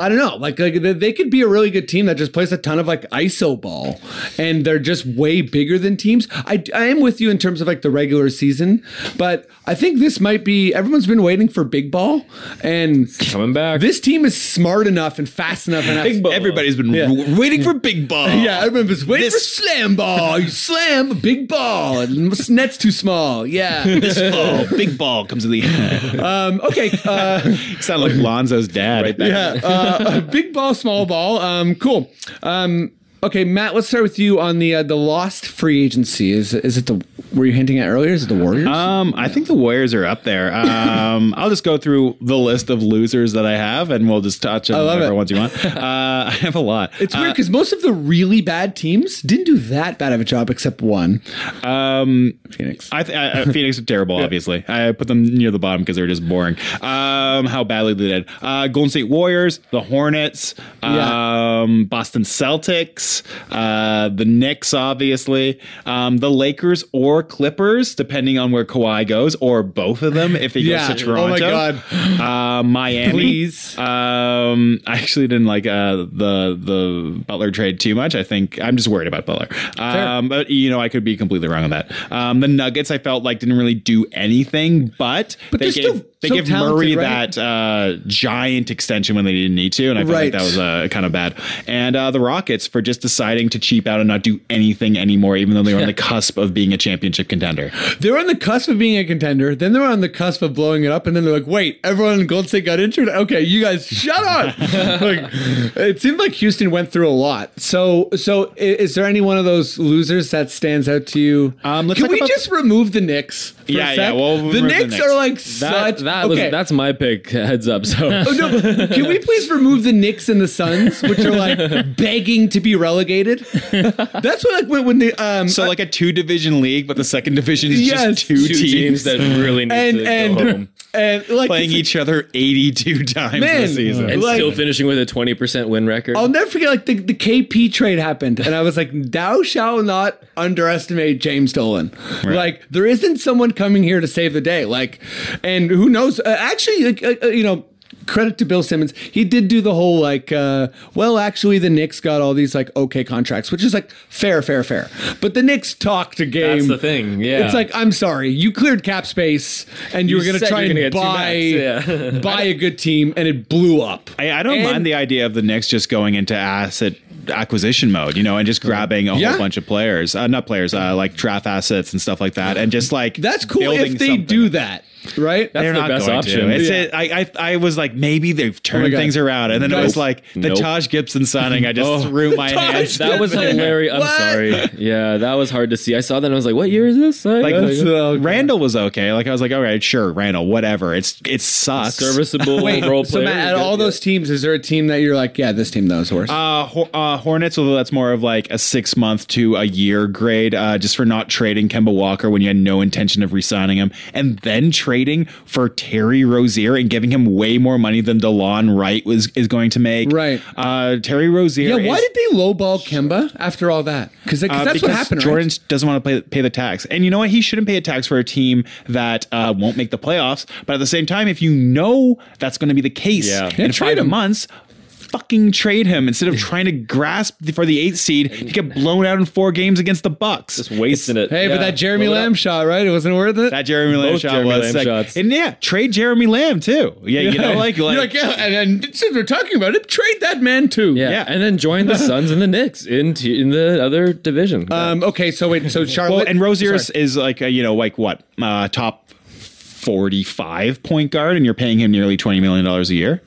D: I don't know. Like, like they- they could be a really good team that just plays a ton of like ISO ball, and they're just way bigger than teams. I, I am with you in terms of like the regular season, but I think this might be everyone's been waiting for big ball, and
F: coming back.
D: This team is smart enough and fast enough, and
E: Big ball. Everybody's been w- waiting for big ball.
D: [laughs] Yeah, everyone's waiting for slam ball. You slam a big ball, and this net's too small. Yeah,
E: this ball, big ball comes to the
D: [laughs]
E: end.
D: Um, okay,
E: [laughs]
D: uh,
E: Sound like Lonzo's dad. Right
D: yeah, [laughs] uh, big ball, small ball. Um, cool. Um, okay, Matt, let's start with you on the uh, the lost free agency. Is is it the were you hinting at earlier? Is it the Warriors?
E: Um, I think the Warriors are up there. Um, I'll just go through the list of losers that I have, and we'll just touch on
D: I love
E: whatever
D: it.
E: ones you
D: [laughs]
E: want. Uh, [laughs] I have a lot. Uh,
D: it's weird because most of the really bad teams didn't do that bad of a job except one.
E: Um, Phoenix. I th- I, I, Phoenix
D: [laughs]
E: are terrible. Obviously, I put them near the bottom because they're just boring. Um, how badly they did. Uh, Golden State Warriors, the Hornets, um, Boston Celtics, uh, the Knicks, obviously, um, the Lakers or Clippers, depending on where Kawhi goes, or both of them if he
D: Yeah.
E: goes to Toronto.
D: Oh my God.
E: Uh, Miami.
D: [laughs] Please.
E: Um, I actually didn't like uh, the the Butler trade too much. I think I'm just worried about Butler. Um, but you know, I could be completely wrong on that. Um, the Nuggets, I felt like didn't really do anything, but,
D: But
E: they
D: they're
E: gave
D: still
E: they
D: so
E: gave
D: talented,
E: Murray
D: right?
E: that uh, giant extension when they didn't need to, and I felt
D: Right.
E: like that was uh, kind of bad. And uh, the Rockets for just deciding to cheap out and not do anything anymore, even though they were on the cusp of being a championship contender.
D: They're on the cusp of being a contender. Then they're on the cusp of blowing it up. And then they're like, wait, everyone in Golden State got injured. Okay, you guys, shut
E: [laughs]
D: up. like, it seemed like Houston went through a lot. So, so i- is there any one of those losers that stands out to you? Um,
E: let's
D: Can
E: talk
D: we
E: about-
D: just remove the Knicks? for a
E: Yeah, yeah,
D: sec? the,
E: we'll remove the
D: Knicks
E: Knicks.
D: are like
F: That,
D: such.
F: that
D: okay.
F: was that's my pick. Heads up. So
D: [laughs] Oh, no. Can we please remove the Knicks and the Suns, which are
E: [laughs]
D: like begging to be relegated? That's what like when, when the um
E: So like a two division league, but the second division is
D: Yes.
E: just two,
F: two teams that really need
D: and
F: to
D: and
F: go home.
D: and like
E: [laughs] playing
D: it's-
E: each other 82 times
D: Man.
E: this season.
F: And
D: like-
F: still finishing with a 20% win record.
D: I'll never forget like the, the KP trade happened, and I was like, "Thou shall not underestimate James Dolan." Like there isn't someone coming here to save the day. Like, and who knows? Uh, actually, like uh, uh, you know. credit to Bill Simmons. He did do the whole like, uh, well, actually, the Knicks got all these like okay contracts, which is like fair, fair, fair. But the Knicks talked a game.
F: That's the thing, yeah.
D: It's like I'm sorry, you cleared cap space and you,
F: You
D: were going to
F: said
D: try
F: you're gonna
D: and
F: get two
D: buy
F: max, yeah. [laughs]
D: buy a good team, and it blew up.
E: I, I don't
D: And-
E: mind the idea of the Knicks just going into asset acquisition mode, you know, and just grabbing a
D: Yeah.
E: whole bunch of players, uh, not players, uh, like draft assets and stuff like that, and just like
D: That's cool
E: building
D: if they
E: something.
D: do that, right?
E: They're not going To. It's it, I, I I was like maybe they've turned
D: Oh God.
E: things around, and then it was
D: Nope.
E: like the
F: Nope.
E: Taj Gibson signing.
D: [laughs]
E: I just
F: Oh.
E: threw my hands.
F: That was hilarious. I'm sorry. Yeah, that was hard to see. I saw that and I was like, what year is this?
E: Like Randall was okay. Like I was like, all right, sure, Randall, whatever. It's it sucks.
F: Serviceable
D: Wait, so Matt, at all those teams, is there a team that you're like, yeah, this team that was worse?
E: Uh, Hor- uh, Hornets, although that's more of like a six month to a year grade, uh, just for not trading Kemba Walker when you had no intention of re-signing him, and then trading for Terry Rozier and giving him way more money than DeLon Wright was is going to make. Right. Uh, Terry Rozier.
D: yeah, why
E: is-
D: did they lowball Kemba after all that? Because
E: uh,
D: that's what
E: because
D: happened. right?
E: Jordan doesn't want to pay, pay the tax, and you know what? He shouldn't pay a tax for a team that uh, won't make the playoffs. But at the same time, if you know that's going to be the case
F: Yeah.
E: in five months, fucking trade him instead of trying to grasp the- for the eighth seed to get blown out in four games against the Bucks. Just
F: wasting it.
D: Hey, but that Jeremy Lamb shot, right? It wasn't worth it.
E: That Jeremy Lamb
D: Both
E: shot
D: Jeremy
E: was
D: Lamb
E: sick.
D: shots.
E: and yeah, trade Jeremy Lamb too. Yeah,
D: [laughs]
E: you know, like,
D: You're
E: like,
D: yeah, and, and since we're talking about it, trade that man too.
F: Yeah. and then join
D: [laughs]
F: the Suns and the Knicks in t- in the other division.
D: Um, okay, so wait,
E: [laughs]
D: so Charlotte
E: and Rozier is, is like a, you know like what uh, top forty five point guard, and you're paying him nearly twenty million dollars a year.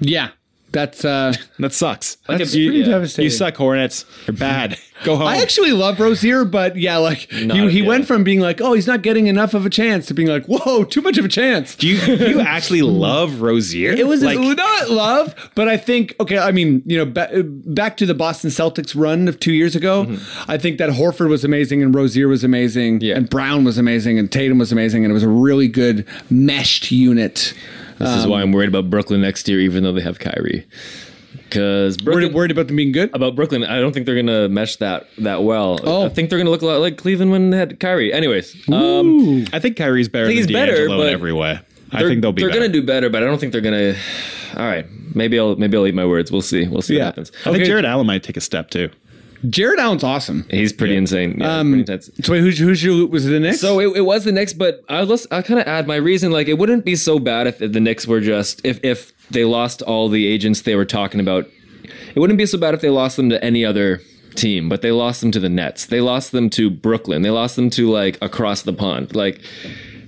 D: Yeah, that's
E: [laughs]
D: uh,
E: that sucks.
D: Like
E: that's
D: a-
E: you,
D: pretty
E: yeah.
D: devastating.
E: You suck, Hornets. You're bad. Go home.
D: I actually love Rozier, but yeah, like he, he went from being like, oh, he's not getting enough of a chance to being like, whoa, too much of a chance.
E: Do you you actually love Rozier?
D: It was
E: like
D: not love, but I think okay. I mean, you know, ba- back to the Boston Celtics run of two years ago.
F: Mm-hmm.
D: I think that Horford was amazing and Rozier was amazing and Brown was amazing and Tatum was amazing and it was a really good meshed unit.
F: this is
D: Um,
F: why I'm worried about Brooklyn next year, even though they have Kyrie. Because
D: worried, worried about them being good.
F: About Brooklyn, I don't think they're gonna mesh that that well. Oh. I think they're gonna look a lot like Cleveland when they had Kyrie. Anyways, um,
E: I think Kyrie's better.
F: I think
E: than
F: he's better,
E: D'Angelo
F: but
E: in every way. I
F: they're-
E: think they'll be.
F: They're
E: better.
F: gonna do better, but I don't think they're gonna. All right, maybe I'll maybe I'll eat my words. We'll see. We'll see what happens.
E: I think Jared Allen might take a step too.
D: Jared Allen's awesome. Um,
F: He's pretty insane. Yeah, he's
E: Um,
F: pretty intense.
D: So wait, who's who's your was it the Knicks?
F: So it, it was the Knicks, but I let's I kind of add my reason. Like it wouldn't be so bad if the Knicks were just if if they lost all the agents they were talking about. It wouldn't be so bad if they lost them to any other team, but they lost them to the Nets. They lost them to Brooklyn. They lost them to like across the pond. Like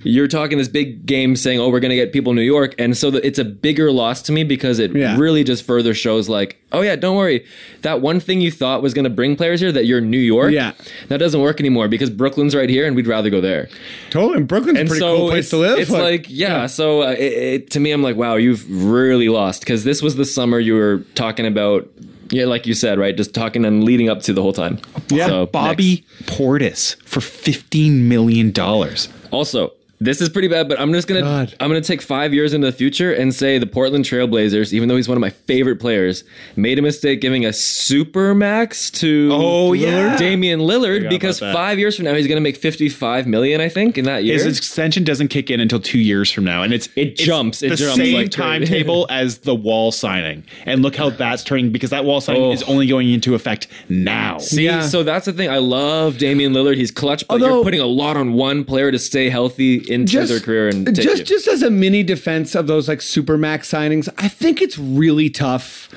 F: you're talking this big game saying, "Oh, we're going to get people in New York," and so the, it's a bigger loss to me because it
K: Yeah.
F: really just further shows, like, "Oh yeah, don't worry, that one thing you thought was going to bring players here that you're New York,
D: Yeah.
F: that doesn't work anymore because Brooklyn's right here, and we'd rather go there."
D: Totally, and Brooklyn's
F: and
D: a pretty
F: so
D: cool place
F: it's,
D: to live.
F: It's like, yeah, So uh, it, it, to me, I'm like, wow, you've really lost because this was the summer you were talking about. Yeah, like you said, right? Just talking and leading up to the whole time.
E: Yeah,
F: So,
E: Bobby Portis for fifteen million dollars.
F: Also, this is pretty bad, but I'm just gonna I'm gonna take five years into the future and say the Portland Trailblazers, even though he's one of my favorite players, made a mistake giving a super max to oh
E: yeah.
F: Damian Lillard
E: Forgot
F: because
E: about that.
F: five years from now he's gonna make 55 million, I think, in that year.
E: His extension doesn't kick in until two years from now, and it's it
F: jumps, it
E: the
F: jumps
E: same
F: like crazy. [laughs]
E: timetable as the wall signing, and look how that's turning because that wall signing
F: Oh.
E: is only going into effect now.
F: See, so that's the thing. I love Damian Lillard. He's clutch, but
D: Although-
F: you're putting a lot on one player to stay healthy into
D: Just-
F: their career and take
D: just
F: you.
D: just as a mini defense of those like super max signings, I think it's really tough.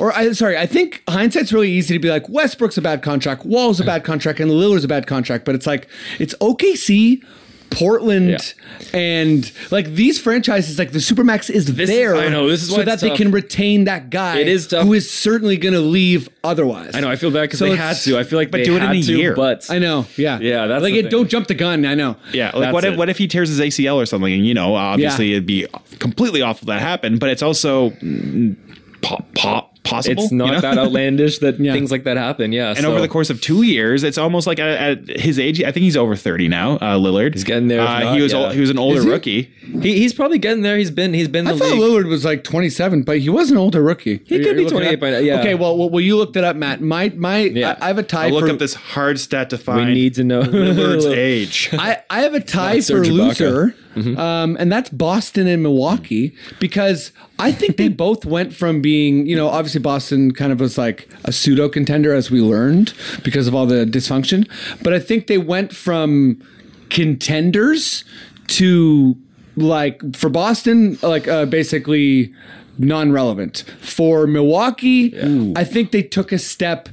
D: Or I sorry, I think hindsight's really easy to be like Westbrook's a bad contract, Wall's a bad contract, and Lillard's a bad contract. But it's like it's OKC. Portland and like these franchises, like the Supermax is there.
F: I know, this is
D: so
F: why it's
D: that they
F: tough.
D: can retain that guy.
F: It is tough.
D: who is certainly going to leave otherwise.
F: I know. I feel bad because
D: So
F: they
D: it's-
F: had to. I feel like they had to, But
D: I know. Yeah,
F: yeah, that's
D: like
F: the
D: it.
F: thing.
D: Don't jump the gun. I know.
E: Yeah, like what if what if he tears his ACL or something? And you know, obviously
D: Yeah.
E: it'd be completely awful if that happened, but it's also mm, po- po- possible.
F: It's not
E: you know?
F: that outlandish
D: [laughs]
F: that things like that happen. Yeah.
E: [laughs] And over the course of two years, it's almost like at, at his age, I think he's over thirty now. Uh, Lillard, he's
F: getting there. if
E: Uh,
F: not,
E: he was
F: yeah.
E: ol- he was an older
D: Is he?
E: rookie.
F: He, he's probably getting there. He's been he's been
D: I
F: the
D: thought
F: league.
D: Lillard was like 27, but he was an older rookie. He
F: could be 28 by now, yeah.
D: Okay. Well, well, well, you looked it up, Matt. My, my. I, I have a tie.
E: I'll look
D: for,
E: up this hard stat to find. [laughs]
F: need to know
E: Lillard's age.
D: [laughs] I, I have a tie
E: Not
D: for
E: Serge Ibaka.
D: loser um, and that's Boston and Milwaukee because I think they both went from being, you know, obviously Boston kind of was like a pseudo contender as we learned because of all the dysfunction, but I think they went from contenders to like for Boston, like uh, basically non-relevant. For Milwaukee, I think they took a step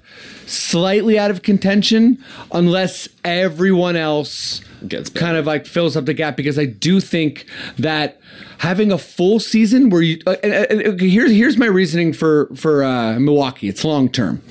D: slightly out of contention unless everyone else gets kind of like fills up the gap because I do think that having a full season where you uh, and, and, okay, here's here's my reasoning for for uh, Milwaukee. It's long term.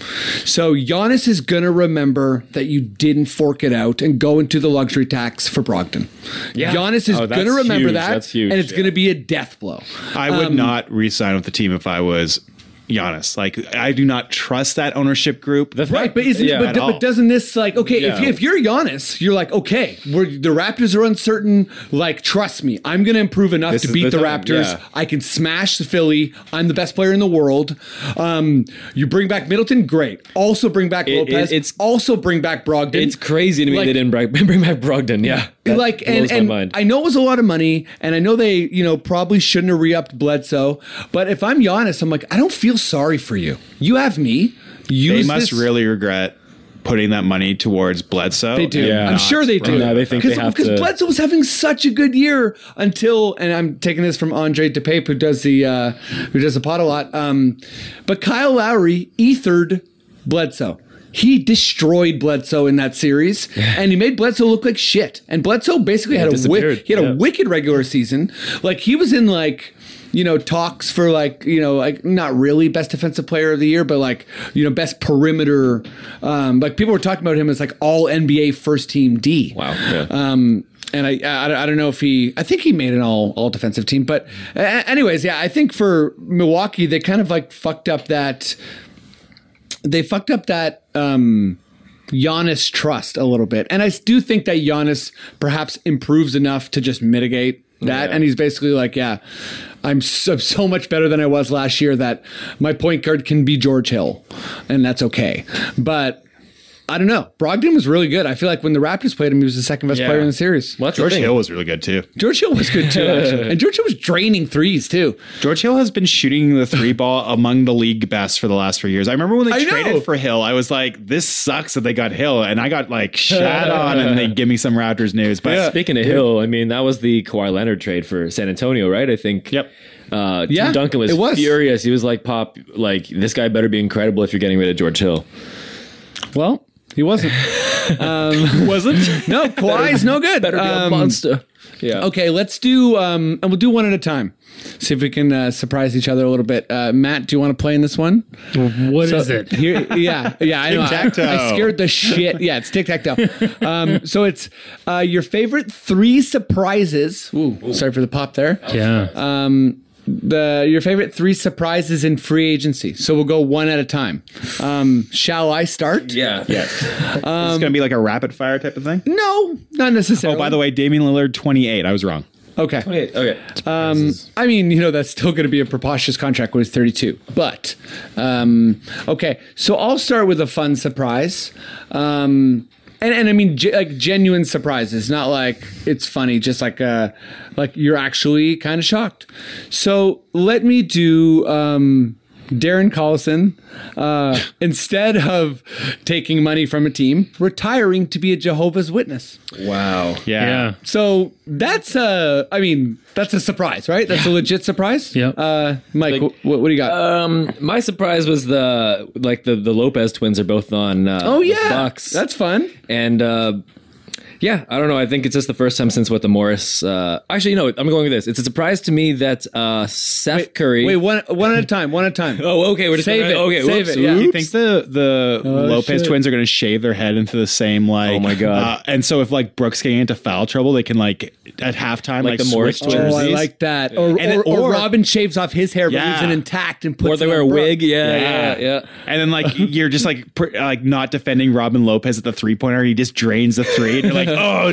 D: So Giannis is gonna remember that you didn't fork it out and go into the luxury tax for Brogdon.
E: Yeah.
D: Giannis is
E: Oh, that's
D: gonna remember
E: huge.
D: that.
E: That's huge,
D: And it's
E: yeah.
D: gonna be a death blow.
E: I would
D: Um,
E: not re-sign with the team if I was Giannis. Like I do not trust that ownership group.
D: right, but isn't but, but doesn't this like okay if,
E: Yeah.
D: if you're Giannis, you're like okay, we're, the Raptors are uncertain. Like trust me, I'm gonna improve enough
E: This
D: to
E: is
D: beat the,
E: the time,
D: Raptors.
E: yeah.
D: I can smash the Philly. I'm the best player in the world. Um, you bring back Middleton, great. Also bring back
F: It- it-
D: Lopez.
F: it's-
D: also bring back Brogdon.
F: It's crazy to me
D: Like-
F: they didn't bring, [laughs] bring back Brogdon. Yeah, That
D: like and,
F: blows my
D: and
F: mind.
D: I know it was a lot of money, and I know they you know probably shouldn't have re-upped Bledsoe. But if I'm Giannis, I'm like I don't feel sorry for you. You have me.
E: they
D: Use
E: must
D: this-
E: really regret putting that money towards Bledsoe.
D: They do.
E: and
D: I'm
E: not
D: sure they do.
E: Brogdon.
D: Because- Because Bledsoe was having such a good year until, and I'm taking this from Andre DePape, who does the uh, who does the pot a lot. Um, but Kyle Lowry ethered Bledsoe. He destroyed Bledsoe in that series, and he made Bledsoe look like shit. And Bledsoe basically
F: Yeah,
D: had a wi-
F: disappeared.
D: he had
F: Yeah.
D: a wicked regular season. Like he was in like you know talks for like you know like not really best defensive player of the year, but like you know best perimeter. Um, like people were talking about him as like all NBA first team D. Wow.
E: Uh,
D: Um, and I, I I don't know if he I think he made an all all defensive team, but uh, anyways, yeah, I think for Milwaukee they kind of like fucked up that they fucked up that um Giannis trust a little bit. And I do think that Giannis perhaps improves enough to just mitigate that. And he's basically like, yeah, I'm so, so much better than I was last year that my point guard can be George Hill, and that's okay. But I don't know. Brogdon was really good. I feel like when the Raptors played him, he was the second best
E: Yeah.
D: player in the series.
F: Well, that's the
E: George
F: thing.
E: Hill was really good too.
D: George Hill was good
F: [laughs]
D: too, actually. and George Hill was draining threes too.
E: George Hill has been shooting the three ball among the league best for the last three years. I remember when they
D: I
E: traded
D: know.
E: for Hill, I was like, "This sucks that they got Hill," and I got like [laughs] shat on, and they give me some Raptors news. But
F: Speaking of Hill, I mean that was the Kawhi Leonard trade for San Antonio, right? I think. Yep. Uh, Tim
D: Yeah,
F: Duncan was,
D: it was.
F: furious. He was like, "Pop, like this guy better be incredible if you're getting rid of George Hill."
D: Well,
F: [laughs]
D: he wasn't. um,
E: wasn't?
D: [laughs] No, Kawhi's no good. Um,
F: Better be a monster. Yeah.
D: Okay, let's do, um, and we'll do one at a time. See if we can uh, surprise each other a little bit. Uh, Matt, do you want to play in this one?
C: What is
D: So-
C: it?
D: [laughs] Here, yeah, yeah, I know. I,
E: Tic-tac-toe.
D: I scared the shit. Yeah, it's tic tac toe. Um, so it's uh, your favorite three surprises. Ooh, sorry for the pop there.
C: Yeah.
D: Um, the your favorite three surprises in free agency. So we'll go one at a time. Um, shall I start?
F: Yeah. Yes.
E: it's going to be like a rapid fire type of thing.
D: No, not necessarily.
E: Oh, by the way, Damian Lillard, twenty-eight. I was wrong.
D: okay.
F: Okay. okay.
D: Um, I mean, you know, that's still going to be a preposterous contract when he's 32. But, um, okay. So I'll start with a fun surprise. Um, and, and I mean, ge- like genuine surprises, not like it's funny, just like uh, like you're actually kind of shocked. So let me do um, Darren Collison uh, [laughs] instead of taking money from a team, retiring to be a Jehovah's Witness.
F: Wow.
C: yeah.
D: So that's a, I mean, that's a surprise, right? That's a legit surprise.
C: Yeah.
D: Uh, Mike, wh- what, what do you got?
F: Um, my surprise was the like the the Lopez twins are both on. Uh,
D: oh yeah,
F: Bucks.
D: that's fun.
F: and uh, yeah, I don't know. I think it's just the first time since what the Morris. Uh, actually, no, I'm going with this. It's a surprise to me that uh, Seth Curry.
D: Wait, one one at a time, one at a [laughs] time.
F: Oh, okay. We're just
D: Save it,
F: Okay,
D: save
F: whoops.
D: it, yeah.
E: Do you
D: Oops. Oh,
E: think the the Lopez
D: shit.
E: twins are going to shave their head into the same like?
F: Oh, my God.
E: Uh, and so if like Brooks getting into foul trouble, they can like at halftime
F: Like
E: like,
F: the Morris
E: switch
F: twins.
E: jerseys.
D: Oh, I like that. Or,
E: And
D: or,
E: it-
D: or
E: or-
D: Robin shaves off his hair, but
E: Yeah.
D: leaves it intact and puts.
F: Or they
D: it
F: wear a
D: on Brooke.
F: wig. Yeah, yeah, yeah.
E: And then like you're just
F: [laughs]
E: like pr- like not defending Robin Lopez at the three pointer. He just drains the three. And you're like, oh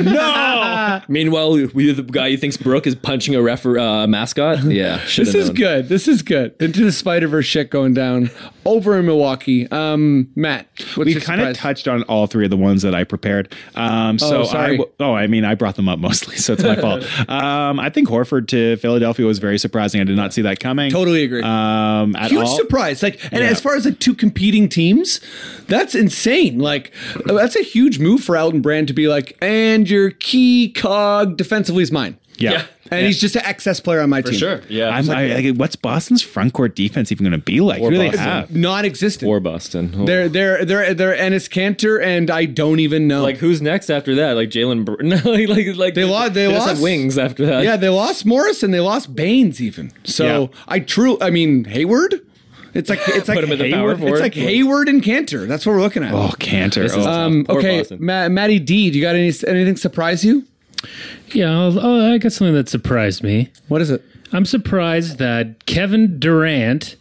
D: [laughs]
E: no!
F: Meanwhile, we the guy who thinks Brooke is punching a ref uh,
D: [laughs]
F: mascot. Yeah,
D: this
F: should've
D: is
F: known.
D: good. This is good. Into the Spider Verse shit going down over in Milwaukee. Um, Matt, what's
E: we
D: your
E: kind of
D: surprise?
E: touched on all three of the ones that I prepared. Um, so
D: Oh, sorry.
E: I w- oh, I mean, I brought them up mostly,
F: [laughs]
E: so it's my fault. Um, I think Horford to Philadelphia was very surprising. I did not see that coming.
D: Totally agree.
E: Um, at
D: huge
E: all.
D: surprise. Like, and
E: Yeah.
D: as far as like two competing teams, that's insane. Like, uh, that's a huge move for Alden Brand to be like, and your key cog defensively is mine.
E: Yeah. Yeah.
D: and he's just an excess player on my team.
F: Yeah. [laughs]
E: I'm, I, like, what's Boston's front court defense even going to be like?
F: Or
E: Who do they
F: Boston.
E: have?
D: Non-existent.
F: Or Boston. Oh.
D: They're they're they're they're Ennis Cantor, and I don't even know.
F: Like who's next after that? Like Jalen. Br- [laughs] No, like like
D: they lost. They,
F: just
D: lost
F: have wings after that.
D: Yeah, they lost Morris and they lost Baines even. So
F: Yeah.
D: I true. I mean Hayward. It's like
F: [laughs]
D: it's like
F: Put him at the power
D: Hayward.
F: forward.
D: It's like Hayward and Cantor. That's what we're looking at.
E: Oh, Cantor.
F: This is
E: Oh.
D: Um,
F: Or
D: okay,
F: Boston.
D: Ma- Matty D, do you got any anything surprise you?
C: Yeah, I'll, oh, I got something that surprised me.
D: What is it?
C: I'm surprised that Kevin Durant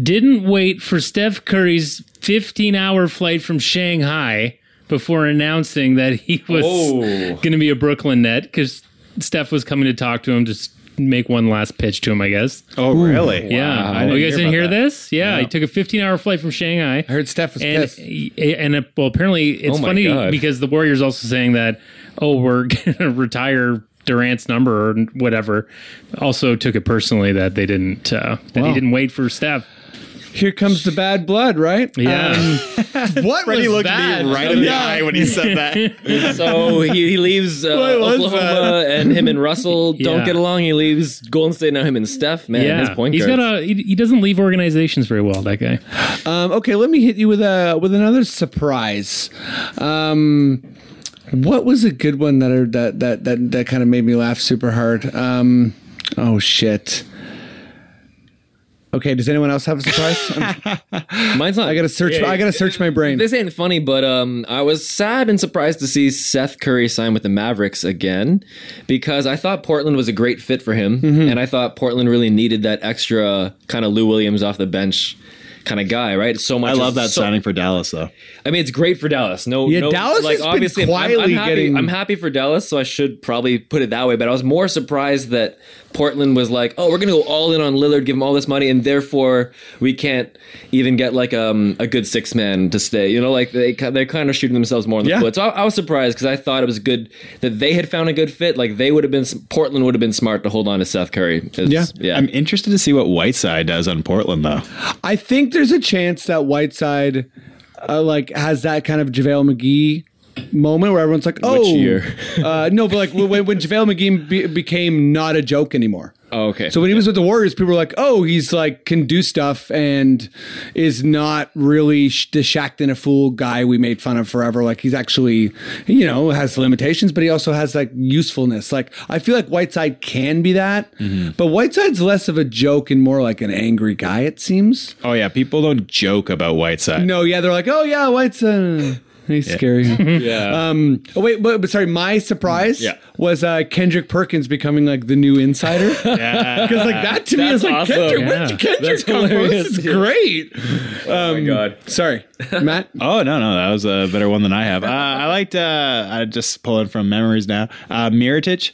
C: didn't wait for Steph Curry's 15 hour flight from Shanghai before announcing that he was
F: Oh.
C: going to be a Brooklyn net because Steph was coming to talk to him, just make one last pitch to him, I guess.
E: Oh, really?
C: Yeah.
E: Wow. I
C: Oh, you guys
E: hear
C: didn't hear
E: about that.
C: this? Yeah, He took a 15 hour flight from Shanghai.
D: I heard Steph was
C: and,
D: pissed.
C: and uh, well, apparently it's
F: Oh my
C: funny
F: God.
C: because the Warriors also saying that oh we're [laughs] gonna retire Durant's number or whatever. Also took it personally that they didn't uh, that he didn't wait for Steph.
D: Here comes the bad blood, right?
C: Yeah,
D: Um, what
E: Freddie
D: was
E: looked
D: that?
E: me right in the eye when he said [laughs] that.
F: So he, he
D: [laughs]
F: leaves uh,
D: What was [laughs]
F: Oklahoma, and him and Russell don't
C: Yeah.
F: get along. He leaves Golden State now. Him and Steph, man,
C: yeah.
F: his point
C: He's
F: guard.
C: got a he, he doesn't leave organizations very well. That guy.
D: Um, okay, let me hit you with a with another surprise. Um, what was a good one that I, that that that that kind of made me laugh super hard? Um, oh shit. Okay, does anyone else have a surprise? I'm-
F: Mine's not.
D: I gotta search. I gotta search my brain.
F: This ain't funny, but um, I was sad and surprised to see Seth Curry sign with the Mavericks again because I thought Portland was a great fit for him,
E: Mm-hmm.
F: and I thought Portland really needed that extra kind of Lou Williams off the bench kind of guy, right? So much.
E: I love that
F: so-
E: signing for Dallas, though.
F: I mean, it's great for Dallas. No,
D: Yeah,
F: no,
D: Dallas
F: like
D: has been
F: obviously, I'm- I'm,
D: quietly
F: happy,
D: getting-
F: I'm happy for Dallas, so I should probably put it that way. But I was more surprised that Portland was like, "Oh, we're gonna go all in on Lillard, give him all this money, and therefore we can't even get like um, a good six man to stay." You know, like they ki- they're kind of shooting themselves more in the
E: Yeah.
F: foot. So I, I was surprised because I thought it was good that they had found a good fit. Like they would have been Portland would have been smart to hold on to Seth Curry. It's-
D: Yeah.
F: yeah.
E: I'm interested to see what Whiteside does on Portland, though.
D: I think there's a chance that Whiteside, uh, like, has that kind of Javale McGee moment where everyone's like, "Oh,
F: year?
D: [laughs] uh, no!" But like when, when Javale McGee be- became not a joke anymore.
F: oh, okay.
D: So when he was with the Warriors, people were like, "Oh, he's like can do stuff and is not really sh- the shacked and a fool guy we made fun of forever. Like he's actually, you know, has limitations, but he also has like usefulness. Like I feel like Whiteside can be that,
F: Mm-hmm.
D: but Whiteside's less of a joke and more like an angry guy. It seems.
E: Oh yeah, people don't joke about Whiteside.
D: No, yeah, they're like, "Oh yeah, [laughs] Whiteside." He's scary. [laughs]
F: yeah.
D: Um, oh wait, but, but sorry, my surprise
E: Yeah.
D: was uh, Kendrick Perkins becoming like the new insider. [laughs] Because like that to me
F: That's
D: is like
F: awesome.
D: Kendrick, where
C: Yeah.
D: Kendrick
F: That's
D: come from? This
F: hilarious.
D: is
F: Yeah.
D: great.
F: oh
E: Um,
F: my god.
D: Sorry, [laughs] Matt.
E: Oh no, no, that was a better one than I have. Uh, I liked. Uh, I just pulling from memories now. Uh, Miritich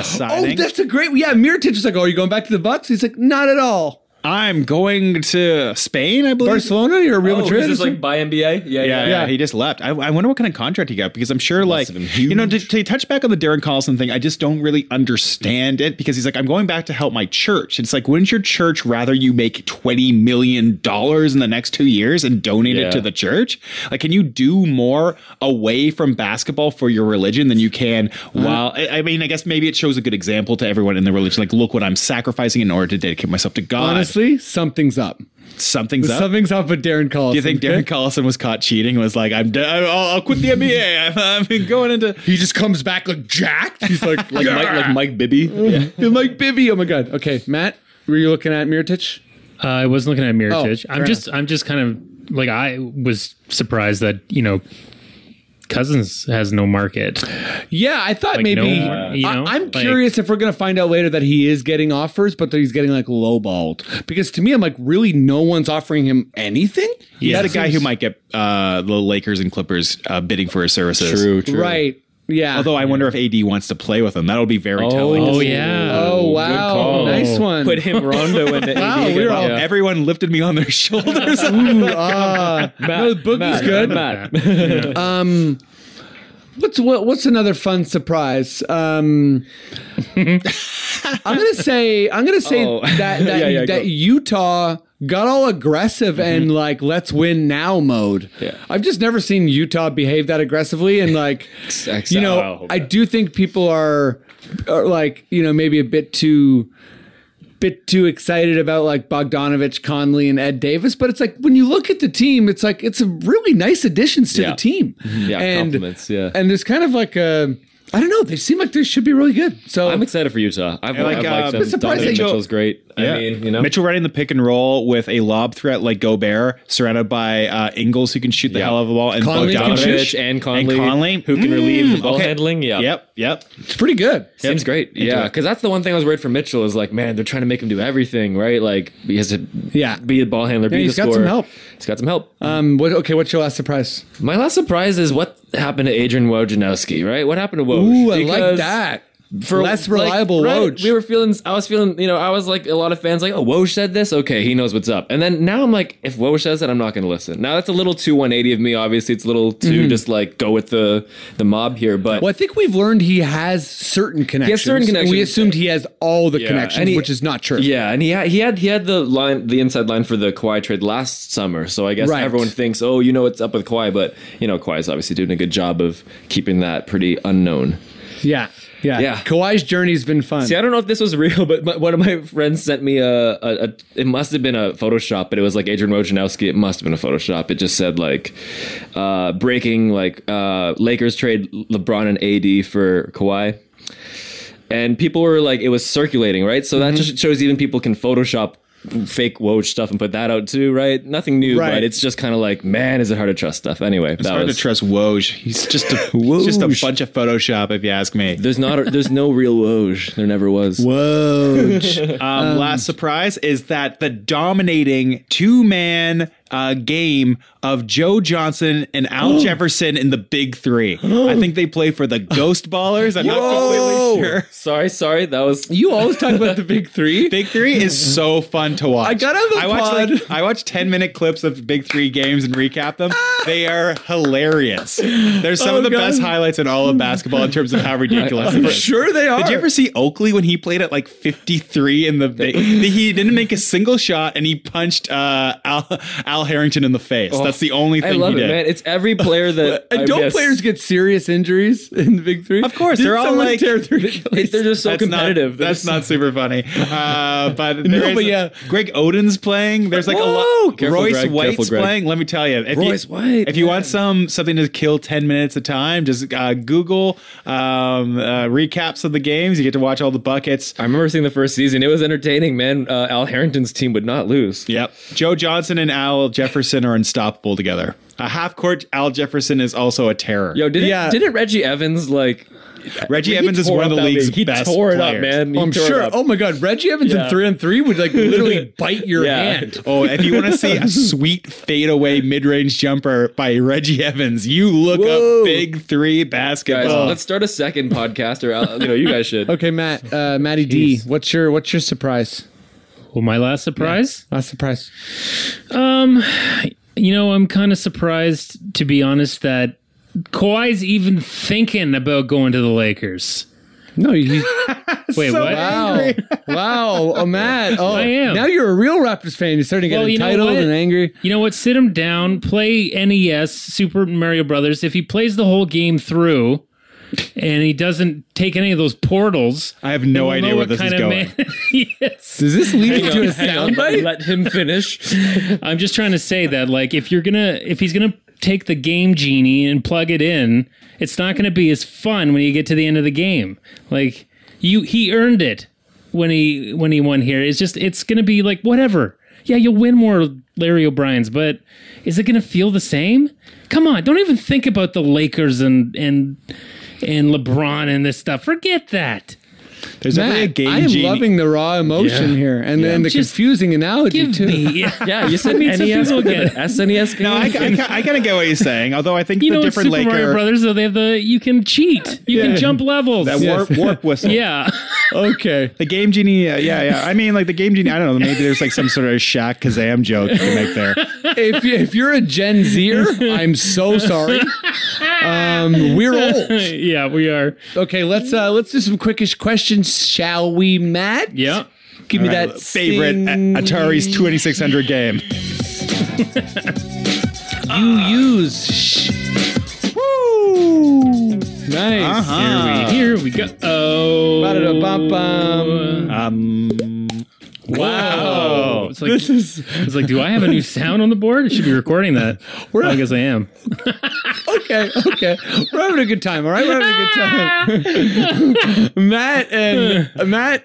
D: [gasps] Oh,
E: signing.
D: that's a great. Yeah, Miritich was like, "Oh, you going back to the Bucks?" He's like, "Not at all."
E: I'm going to Spain, I believe.
D: Barcelona, you're Real
F: Oh,
D: Madrid.
F: is this like by NBA? Yeah, yeah.
E: Yeah, yeah,
D: Yeah.
E: he just left. I, I wonder what kind of contract he got because I'm sure, like,
F: have been
E: you know, to, to touch back on the Darren Collison thing, I just don't really understand it because he's like, I'm going back to help my church. It's like, wouldn't your church rather you make $20 million in the next two years and donate
F: Yeah.
E: it to the church? Like, can you do more away from basketball for your religion than you can while, I, I mean, I guess maybe it shows a good example to everyone in the religion. Like, look what I'm sacrificing in order to dedicate myself to God.
D: Honestly, something's up.
E: something's up.
D: Something's up with Darren Collison.
E: Do you think
D: [laughs]
E: Darren Collison was caught cheating? and Was like, I'm, d- I'll, I'll quit the NBA. [laughs] I'm, I'm going into.
D: He just comes back like jacked. He's like, [laughs]
F: Like Mike, like Mike Bibby.
D: Mike, Mike Bibby. Oh my god. Okay, Matt, were you looking at Miritich?
C: Uh, I was looking at Miritich.
D: fair
C: I'm just I'm just kind of like I was surprised that you know. Cousins has no market.
D: Yeah, I thought
C: Like,
D: maybe.
C: no, you know,
D: I, am
C: like-
D: curious if we're going to find out later that he is getting offers, but that he's getting like lowballed. Because to me, I'm like, really, no one's offering him anything.
E: He's that a guy who might get uh, the Lakers and Clippers uh, bidding for his services.
F: True, true.
D: Right. Yeah.
E: Although I wonder if AD wants to play with him. That'll be very
D: Oh,
E: telling.
D: oh, yeah. Oh, wow.
E: Good call.
D: Nice one. Put him Rondo [laughs] into Wow, AD we again. were all-
E: Oh, everyone lifted me on their [laughs] shoulders.
D: Ooh, ah. no, the boogie's
E: Matt,
D: good.
E: Matt,
D: um, what's what, what's another fun surprise?
F: [laughs]
D: Um, I'm gonna say I'm gonna say
F: Oh. [laughs]
D: that that,
F: Yeah, yeah,
D: that
F: go. Mm-hmm.
D: Utah got all aggressive and like let's win now mode. I've just never seen Utah behave that aggressively
F: [laughs]
D: and like you
F: oh,
D: know I do think people are, are like you know maybe a bit too bit too excited about like Bogdanovich, Conley, and Ed Davis, but it's like when you look at the team, it's like it's a really nice additions to
F: Yeah. Mm-hmm.
D: the team.
F: Yeah,
D: and,
F: compliments, yeah.
D: and there's kind of like a I don't know. They seem like they should be really good. So
F: I'm excited for Utah. I've,
E: And like,
F: I've
E: uh,
D: um,
F: liked
E: I'm
F: them.
E: surprised
F: Donovan
E: they don't-
F: Mitchell's great.
E: Yeah.
F: I mean, you know,
E: Mitchell running the pick and roll with a lob threat like Gobert, surrounded by uh, Ingles who can shoot the hell out of the ball, and
F: Conley can
E: Bogdanovich
F: shoot. and Conley, who can
E: Mm,
F: relieve ball
E: okay.
F: handling. Yeah.
E: Yep. Yep.
D: It's pretty good.
F: Seems great. Yeah, because that's the one thing I was worried for Mitchell is like, man, they're trying to make him do everything, right? Like he has to,
D: yeah,
F: be a ball handler.
D: Yeah,
F: be
D: he's
F: the
D: got some
F: scorer.
D: help.
F: He's got some help.
D: Um. What? Okay. What's your last surprise?
F: My last surprise is what happened to Adrian Wojnarowski, right? What happened to Woj?
D: Ooh, I like
F: Oh, Because
D: that. Less reliable
F: right,
D: Woj.
F: We were feeling. I was feeling. You know, I was like a lot of fans like, oh, Woj said this. Okay, he knows what's up. And then now I'm like, if Woj says it, I'm not going to listen. Now that's a little too 180 of me. Obviously, it's a little too
D: Mhm.
F: just like go with the the mob here. But
D: Well, I think we've learned he has certain connections.
F: certain
D: and We
F: connections.
D: assumed he has all the
F: Yeah,
D: connections,
F: and he-
D: which is not true.
F: Yeah, and he had, he had he had the line the inside line for the Kawhi trade last summer. So I guess
D: Right.
F: everyone thinks, oh, you know what's up with Kawhi, but you know Kawhi's obviously doing a good job of keeping that pretty unknown.
D: Yeah. Yeah.
F: Yeah.
D: Kawhi's journey's been fun.
F: See, I don't know if this was real, [laughs] but my, one of my friends sent me a, a, a. It must have been a Photoshop, but it was like Adrian Wojnarowski. It must have been a Photoshop. It just said like uh, breaking, like uh, Lakers trade LeBron and AD for Kawhi. And people were like, it was circulating, right? So
D: Mm-hmm.
F: that just shows even people can Photoshop fake Woj stuff and put that out too, right? Nothing new,
E: Right.
F: but it's just kind of like, man, is it hard to trust stuff? Anyway,
E: It's hard to trust Woj.
D: [laughs]
E: He's just a he's just a bunch of Photoshop, if you ask me.
F: There's not. A, there's no real Woj. There never was.
D: [laughs]
F: [laughs]
E: Woj. um, last surprise is that the dominating two man uh, game of Joe Johnson and
D: [gasps]
E: Al Jefferson in the Big Three. I think they play for the Ghost Ballers. I'm not completely sure.
F: Sorry, sorry. That was
D: you always talk about the Big
F: [laughs]
D: Three.
E: Big Three is so fun to watch. I got
D: on the
E: I watch like I watch ten minute clips of Big Three games and recap them. they are hilarious. They're some
D: Oh,
E: of the
D: God.
E: best highlights in all of basketball in terms of
D: [laughs]
E: how ridiculous.
D: I'm
E: it is.
D: sure they
E: Did
D: are.
E: you ever see Oakley when he played at like fifty three in
F: [laughs]
E: the big? he didn't make a single shot and he punched uh, Al Al Harrington in the face.
F: Oh,
E: That's the only thing
F: I love
E: he
F: it,
E: did.
F: man. It's every player
E: [laughs]
F: that
D: And
F: I
D: don't
F: guess-
D: players get serious injuries in the Big Three? Of
E: course, they're all like-
D: tear their [laughs]
F: They're just so
E: That's not-
F: competitive. They're
E: that's
F: just-
E: not
F: [laughs]
E: super funny. Uh, but there is-
D: but yeah.
E: Greg Oden's playing. There's like a
F: Whoa!
E: lot.
F: Careful,
E: Royce
F: Greg.
E: White's
F: Careful, Greg.
E: playing. Let me tell you, if
F: Royce
E: you,
F: White,
E: If you want some something to kill ten minutes of time, just uh, Google um, uh, recaps of the games. You get to watch all the buckets.
F: I remember seeing the first season. It was entertaining, man. Uh, Al Harrington's team would not lose.
E: Yep. Joe Johnson and Al Jefferson are unstoppable together. A half court Al Jefferson is also a terror.
F: Yo, didn't
E: Yeah.
F: didn't Reggie Evans like
E: Reggie
F: he
E: Evans is
F: tore
E: one of
F: up
E: the
F: that
E: league's
F: league. He
E: best
F: tore it up,
E: players.
F: man.
D: I'm
F: He tore
D: sure.
F: it up.
D: Oh my God, Reggie Evans in
F: Yeah.
D: three on three would like
F: [laughs]
D: literally bite your
F: Yeah.
E: [laughs]
D: hand.
E: Oh, if you want
F: [laughs]
E: to see a sweet fadeaway mid-range jumper by Reggie Evans, you look
F: Whoa.
E: up Big Three
F: Guys,
E: basketball.
F: let's start a second podcast, or Al, you know, you guys should.
E: [laughs]
D: Okay, Matt, uh, Matty D, what's your what's your surprise?
C: Well, my last surprise.
D: Last surprise.
C: Um, you know, I'm kind of surprised to be honest that Kawhi's even thinking about going to the Lakers.
D: No, you.
C: Wait, what?
D: Wow, wow, oh Matt, oh,
C: I am.
D: now you're a real Raptors fan. You're starting to get
C: Well, you know
D: entitled
C: what?
D: and angry.
C: You know what? Sit him down, play NES, Super Mario Brothers. If he plays the whole game through and he doesn't take any of those portals,
E: I have no
C: we'll
E: idea
C: know
E: where this
C: kind
E: is
C: of
E: going.
C: man- [laughs] yes.
D: Does this lead
C: Hang
D: you to
C: on,
D: a
C: hang on,
D: soundbite?
F: Let him
E: [laughs]
F: finish.
C: I'm just trying to say that, like, if you're gonna, if he's gonna take the game genie and plug it in, it's not gonna be as fun when you get to the end of the game. Like, you, he earned it when he when he won here. It's just, it's gonna be like whatever. Yeah, you'll win more Larry O'Brien's, but is it gonna feel the same? Come on, don't even think about the Lakers and and and LeBron and this stuff. Forget that.
E: There's definitely a
D: Matt,
E: game
D: I am
E: genie.
D: loving the raw emotion
E: Yeah.
D: here, and
E: Yeah.
D: then the
E: Just
D: confusing analogy too.
C: [laughs]
F: yeah, you said
D: I mean, some
F: NES
D: people
F: with an
D: get it.
F: SNES game.
E: No, I, I, I kind of get what you're saying. Although I think
C: You
E: the
C: know, it's
E: different
C: Super
E: Laker
D: uh,
C: Mario Brothers, though they have the you can cheat, you
E: Yeah.
C: can jump levels.
E: That warp, warp whistle.
C: yeah.
D: [laughs]
C: [laughs]
D: okay.
E: The game genie. Uh, yeah, yeah. I mean, like the game genie. I don't know. Maybe there's like some sort of Shaq Kazam joke you can make there.
D: if, you, if you're a Gen Zer, I'm so sorry. Um, we're old.
C: yeah, we are.
D: Okay, let's uh, let's do some quickish questions, shall we, Matt?
C: Yeah.
D: [laughs] Give me
E: All right,
D: that
E: favorite
D: sing-
E: A- Atari's 2600 game.
D: [laughs] you use. Shh. Woo! Nice.
E: Uh-huh.
C: Here we here we go. Oh.
D: Ba-da-da-bum-bum.
E: Um,
C: Wow.
E: wow. [laughs]
C: It's like, this is. It's like, do I have a new sound on the board? I should be recording that.
D: [laughs] We're-
C: I guess
D: [laughs]
C: I am.
D: Okay, okay. We're having a good time, all right? We're having a good time. [laughs] Matt and Matt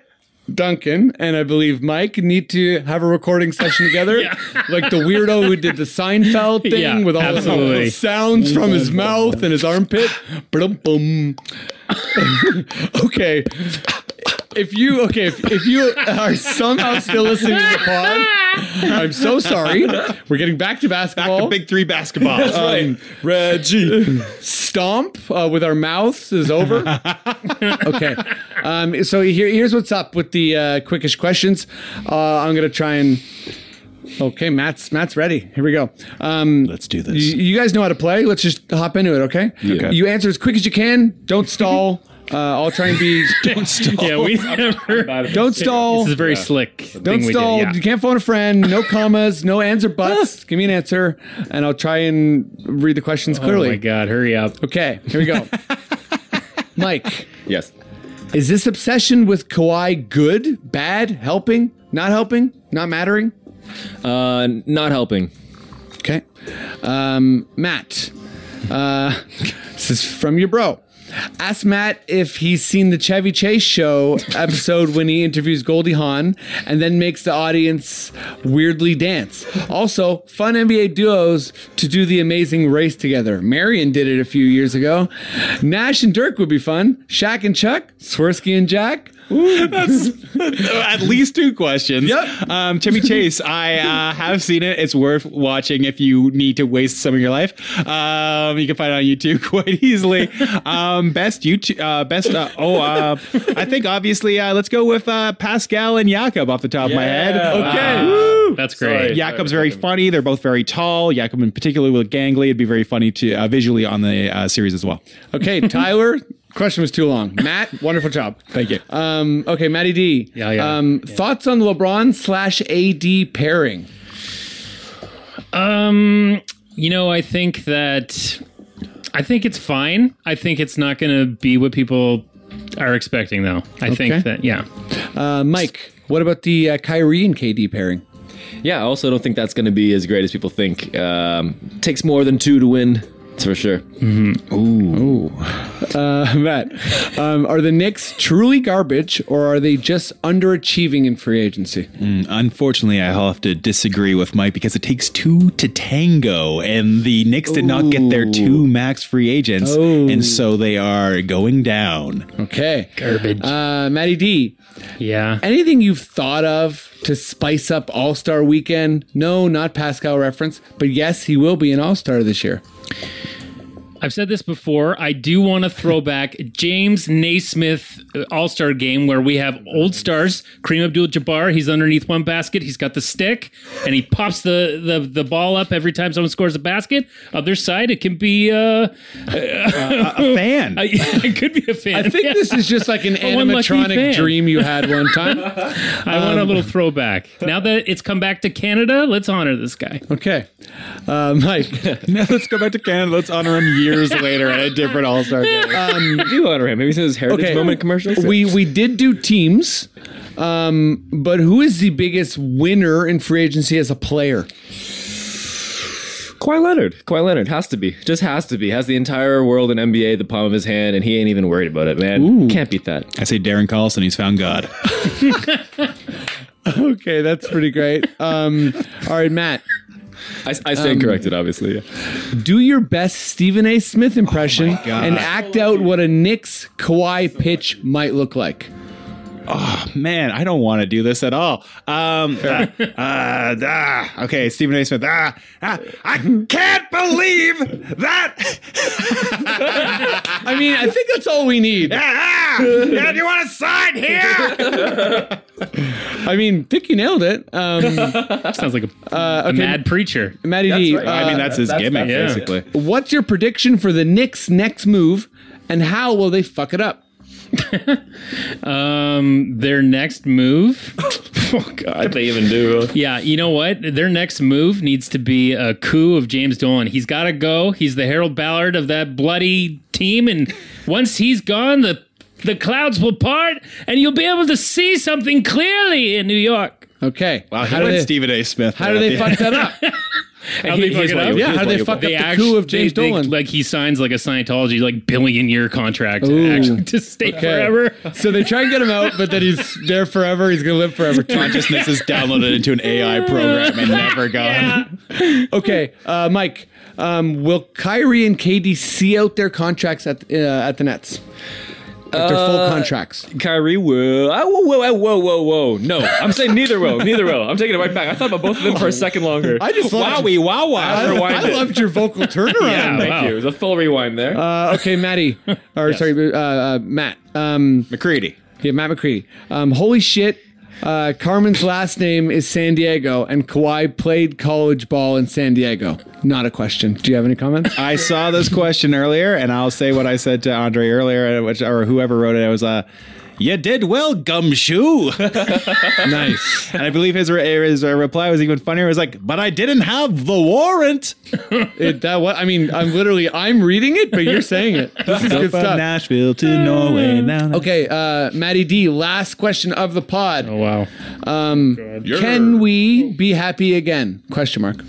D: Duncan and I believe Mike need to have a recording session together. Like the weirdo who did the Seinfeld thing
C: Yeah,
D: with all
C: absolutely.
D: the sounds from his mouth and his armpit. Ba-dum-bum. [laughs] okay. If you okay, if, if you are somehow still listening to the pod, I'm so sorry. We're getting back to
E: Back to
D: basketball.
E: big three basketball. Um,
D: Um, Reggie. Stomp uh, with our mouths is over. okay. Um, so here, here's what's up with the uh, quickish questions. Uh, I'm going to try and. Okay, Matt's Matt's ready. Here we go. Um,
E: Let's do this.
D: you, you guys know how to play. Let's just hop into it, okay?
E: Okay.
D: You answer as quick as you can. Don't
C: [laughs]
D: stall. Uh, I'll try and be. don't stall. [laughs]
C: Yeah, we never.
D: Don't stall.
C: This is very slick.
D: Don't
C: thing
D: stall.
C: We did.
D: You
C: Yeah.
D: can't phone a friend. No commas. No ands or
C: [laughs]
D: buts. Give me an answer, and I'll try and read the questions
C: Oh my
D: clearly.
C: god! Hurry up.
D: okay, here we go. [laughs] Mike,
F: yes.
D: is this obsession with Kawhi good, bad, helping, not helping, not mattering?
F: Uh, not helping.
D: Okay. Um, Matt, uh, this is from your bro. Ask Matt if he's seen the Chevy Chase show episode when he interviews Goldie Hawn and then makes the audience weirdly dance. Also, fun NBA duos to do the amazing race together. Marion did it a few years ago. Nash and Dirk would be fun. Shaq and Chuck, Swirsky and Jack.
E: [laughs] at least two questions.
D: Yep.
E: Um, Timmy Chase, I uh, have seen it. It's worth watching if you need to waste some of your life. Um, you can find it on YouTube [laughs] quite easily. Um, best YouTube, uh, best. Uh, oh, uh, I think obviously, uh, let's go with uh, Pascal and Jakob off the top of my head.
C: Okay.
E: Uh,
C: That's great.
E: Jakob's very funny. They're both very tall. Jakob, in particular, with gangly, it'd be very funny to uh, visually on the uh, series as well.
D: Okay, Tyler, [laughs] question was too long. Matt, wonderful job.
E: Thank you.
D: Um, okay, Matty D.
C: Yeah, Oh, yeah,
D: um, Thoughts on LeBron slash AD pairing?
C: Um, you know, I think that I think it's fine. I think it's not going to be what people are expecting, though. I
D: Okay.
C: think that yeah,
D: Uh, Mike, what about the uh, Kyrie and KD pairing? [laughs]
F: Yeah, I also don't think that's going to be as great as people think. Um, takes more than two to win. That's for [laughs] sure.
D: Uh, Matt, um, are the Knicks truly garbage or are they just underachieving in free agency?
E: Mm, Unfortunately, I have to disagree with Mike because it takes two to tango, and the Knicks did not get their two max free agents,
D: Ooh.
E: and so they are going down.
D: Okay.
C: garbage.
D: Uh, Matty D,
C: yeah.
D: anything you've thought of to spice up All Star weekend? No, not Pascal reference, but yes, he will be an All Star this year.
C: I've said this before. I do want
D: [laughs]
C: to throw back James Naismith All Star game where we have old stars. Kareem Abdul Jabbar, he's underneath one basket. He's got the stick and he pops the, the, the ball up every time someone scores a basket. Other side, it can be uh, [laughs]
D: [laughs]
E: A fan.
C: I, it could be a fan.
D: I think
C: [laughs] Yeah.
D: this is just like an
C: A one lucky fan.
D: animatronic dream you had one time.
C: I want a little
D: um,
C: throwback. Now that it's come back to Canada, let's honor this guy.
D: Okay. Uh, Mike,
E: now [laughs] let's go back to Canada. Let's honor
D: [laughs]
E: him years later at a different All Star game.
F: I Um, do honor him. Maybe it's his heritage moment commercials.
D: We we did do teams, um, but who is the biggest winner in free agency as a player?
F: Kawhi Leonard. Kawhi Leonard has to be. Just has to be. Has the entire world and NBA in the palm of his hand, and he ain't even worried about it, man. Can't beat that.
E: I say Darren Collison. He's found God.
D: Okay, that's pretty great. Um, all right, Matt,
F: I, I stand corrected, obviously.
D: do your best Stephen A.
C: Oh
D: Smith impression and act out what a Knicks Kawhi pitch might look like.
E: oh man, I don't want to do this at all.
C: [laughs]
E: Um, uh, uh, ah, okay, Stephen A. Smith. Ah, ah, I can't believe that. [laughs]
D: I mean, I think that's all we need.
E: Ah, yeah, do you want to sign here?
D: I mean, Vic, you nailed it. Um,
C: [laughs] Sounds like a,
D: Uh,
C: a mad preacher.
D: Matty
C: That's
D: D. Uh,
C: right. I mean, that's his gimmick, basically.
D: What's your prediction for the Knicks' next move, and how will they fuck it up?
C: Um, their next move. oh God,
F: they even do.
C: Yeah, you know what? Their next move needs to be a coup of James Dolan. He's got to go. He's the Harold Ballard of that bloody team, and once he's gone, the the clouds will part, and you'll be able to see something clearly in New York.
D: Okay.
E: Wow,
C: How do they-
E: Stephen A. Smith.
C: how do they fuck that up?
E: How do they fuck it up? Yeah, how do they fuck up the coup of James Dolan?
C: like he signs like a Scientology like billion year contract
D: Ooh.
C: actually to stay
D: Okay.
C: forever.
D: So they try and get him out, but then he's there forever. He's gonna live forever.
E: Consciousness is downloaded into an AI program and
C: [laughs]
E: never gone.
D: okay, uh, Mike. Um, will Kyrie and KD see out their contracts at uh, at the Nets? Like their full
F: Uh,
D: contracts.
F: Kyrie will. I, whoa, whoa, whoa, whoa, whoa. No, I'm saying neither will. Neither will. I'm taking it right back. I thought about both of [laughs] them for a second longer.
D: I just loved-
F: Wowie, wow, wow.
D: I, I loved
F: [laughs]
D: your vocal turnaround.
F: Yeah, thank you. It was a full rewind there.
D: Uh, okay, Maddie, or sorry, uh, uh, Matt um,
E: McCready.
D: Yeah, Matt McCready. Um, holy shit! Uh, Carmen's last name is San Diego, and Kawhi played college ball in San Diego. Not a question. Do you have any comments?
E: [laughs] I saw this question earlier, and I'll say what I said to Andre earlier, which or whoever wrote it. I was, uh, "You did well, gumshoe." [laughs]
D: nice.
E: And I believe his re- his uh, reply was even funnier. It was like, "But I didn't have the warrant."
D: [laughs] It, that what? I mean, I'm literally I'm reading it, but you're saying it. [laughs] This is good
E: From
D: stuff.
E: Nashville to
D: [laughs]
E: Norway now.
D: Okay, uh, Maddie D. Last question of the pod.
C: Oh wow.
D: Um,
I: Yeah.
D: can we be happy again? Question mark.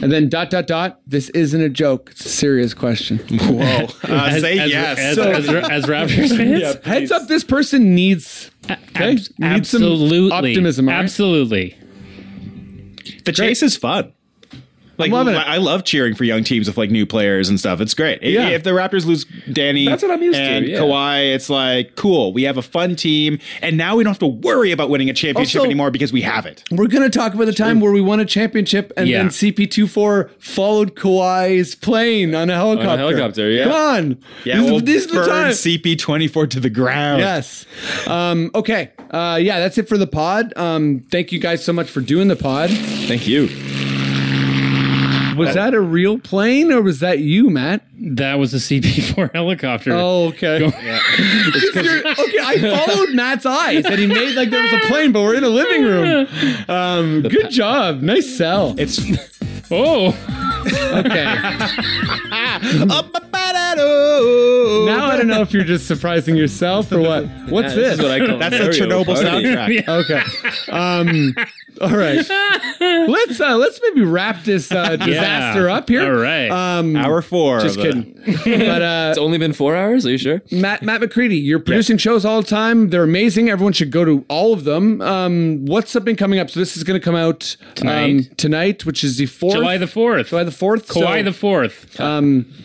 D: And then dot dot dot. This isn't a joke. It's a serious question. [laughs]
E: Whoa! Uh,
C: As-
E: say
C: as-
E: yes.
C: as,
E: So-
C: as, as Raptors fans.
D: Heads up, this person needs, okay?
C: Abs-
D: needs some
C: absolutely.
D: optimism. all right?
C: Absolutely.
E: the chase is fun. Like
D: loving it.
E: I love cheering for young teams with like new players and stuff. It's great. I-
D: Yeah.
E: If the Raptors lose Danny,
F: That's what I'm used to,
E: and
F: yeah.
E: Kawhi, it's like cool. We have a fun team, and now we don't have to worry about winning a championship
D: Also-
E: anymore because we have it.
D: We're going to talk about the time where we won a championship and
C: Yeah.
D: then CP24 followed Kawhi's plane on a helicopter.
F: helicopter, yeah.
D: Come on.
E: Yeah,
D: this, is-
E: we'll
D: this is the
E: burn
D: time.
E: CP24 to the ground.
D: Yes. Um, okay. Uh, yeah, that's it for the pod. Um, thank you guys so much for doing the pod.
F: Thank you.
D: Was that a real plane or was that you, Matt?
C: That was a CP4 [laughs] helicopter.
D: Oh, okay. [laughs] You're- okay, I followed Matt's eyes and he made like there was a plane, but we're in a living room. Um, good job. Nice sell.
E: [laughs]
D: [laughs]
E: It's
C: Oh,
D: Okay.
E: up a ba-da-do.
D: Now I don't know if you're just surprising yourself or what. What's
F: Yeah,
D: this?
F: is what I call
E: That's
F: an
E: the
F: aerial
E: Chernobyl
F: party.
E: soundtrack.
D: [laughs] okay. Um, all right. Let's uh, let's maybe wrap this uh, disaster up here.
C: All right.
D: Um,
E: Hour four.
D: just
E: of the-
D: kidding. but uh,
F: It's only been four hours. Are you sure?
D: Matt Matt McCready, you're producing shows all the time. They're amazing. Everyone should go to all of them. Um, what's something coming up? So this is going to come out um,
C: Tonight.
D: tonight, which is the fourth.
C: July the 4th.
D: July the fourth.
C: Kawhi
D: So-
C: the 4th.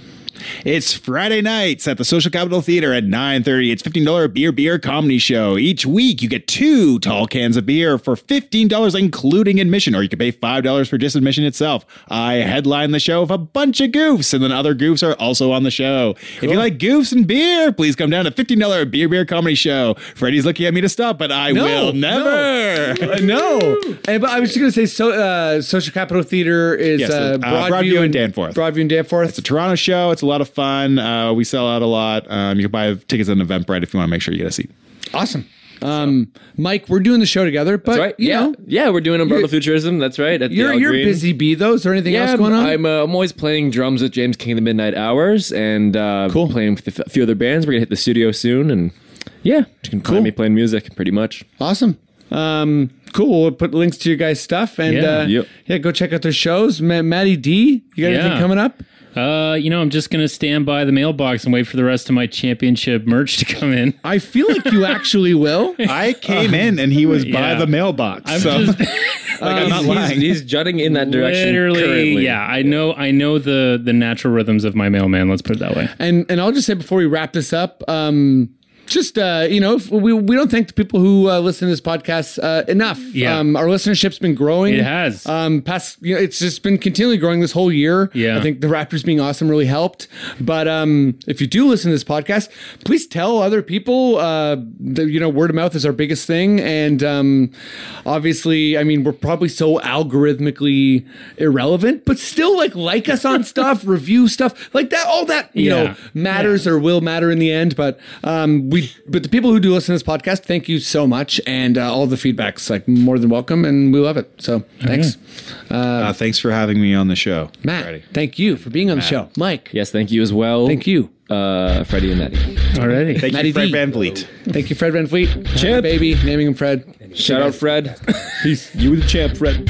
E: It's Friday nights at the Social Capital Theater at 9.30. It's $15 beer beer comedy show. Each week you get two tall cans of beer for $15, including admission, or you can pay $5 for just admission itself. I headline the show with a bunch of goofs, and then other goofs are also on the show. If you like goofs and beer, please come down to $15 beer beer comedy show. Freddie's looking at me to stop, but I
D: No,
E: will
D: no.
E: never.
D: I know. Oh, And, but I was just going to say, so uh, Social Capital Theater is
E: Yes,
D: uh, Broadview,
E: uh, Broadview and Danforth.
D: Broadview and Danforth.
E: It's a Toronto show. It's a lot of fun. Uh, we sell out a lot. Um, you can buy tickets on Eventbrite if you want to make sure you get a seat.
D: awesome. Um, Mike, we're doing the show together, but
F: That's right.
D: you
F: yeah.
D: know,
F: yeah, we're doing Umbrella Futurism. That's right. At the
D: you're
F: Al
D: you're
F: Green.
D: busy bee though. Is there anything
F: Yeah,
D: else going on?
F: I'm, uh, I'm always playing drums with James King of the Midnight Hours and uh,
D: Cool.
F: playing with a few other bands. We're going to hit the studio soon. And yeah, you can
D: Cool.
F: find me playing music pretty much.
D: awesome. Um, cool. We'll put links to your guys' stuff and
C: Yeah.
D: uh,
F: Yep.
D: yeah, go check out their shows. Ma- Maddie D, you got anything
C: Yeah.
D: coming up?
C: Uh, you know, I'm just going to stand by the mailbox and wait for the rest of my championship merch to come in.
D: I feel like you actually [laughs] will.
E: I came in and he was
C: yeah.
E: by the mailbox.
C: I'm
E: so
C: just
E: [laughs] like, I'm not
F: he's,
E: lying.
F: he's jutting in that direction.
C: literally,
F: currently.
C: yeah. I know, I know the the natural rhythms of my mailman. Let's put it that way.
D: And and I'll just say before we wrap this up, um, just uh, you know, if we we don't thank the people who uh, listen to this podcast uh, enough.
C: Yeah.
D: um, our listenership's been growing.
C: It has.
D: Um, past you know, it's just been continually growing this whole year.
C: Yeah.
D: I think the Raptors being awesome really helped. But um, if you do listen to this podcast, please tell other people. Uh, the, you know, word of mouth is our biggest thing, and um, obviously, I mean, we're probably so algorithmically irrelevant, but still, like, like us
C: [laughs]
D: on stuff, review stuff, like that. All that you
C: Yeah.
D: know matters or will matter in the end. But um, we, but the people who do listen to this podcast, thank you so much, and uh, all the feedbacks like more than welcome, and we love it. So
C: Oh,
D: thanks,
E: Uh, thanks for having me on the show.
D: Matt. Thank you for being on the show, Mike.
F: Yes, thank you as well. Thank
D: you,
F: uh, Freddie and Maddie.
C: Alrighty.
E: Thank
D: Matty
E: you, Fred
D: E D.
E: Van Vliet.
D: Thank you, Fred Van Fleet. Chip. Baby, naming him Fred.
F: Shout out, Fred.
E: Peace. You were the champ, Fred.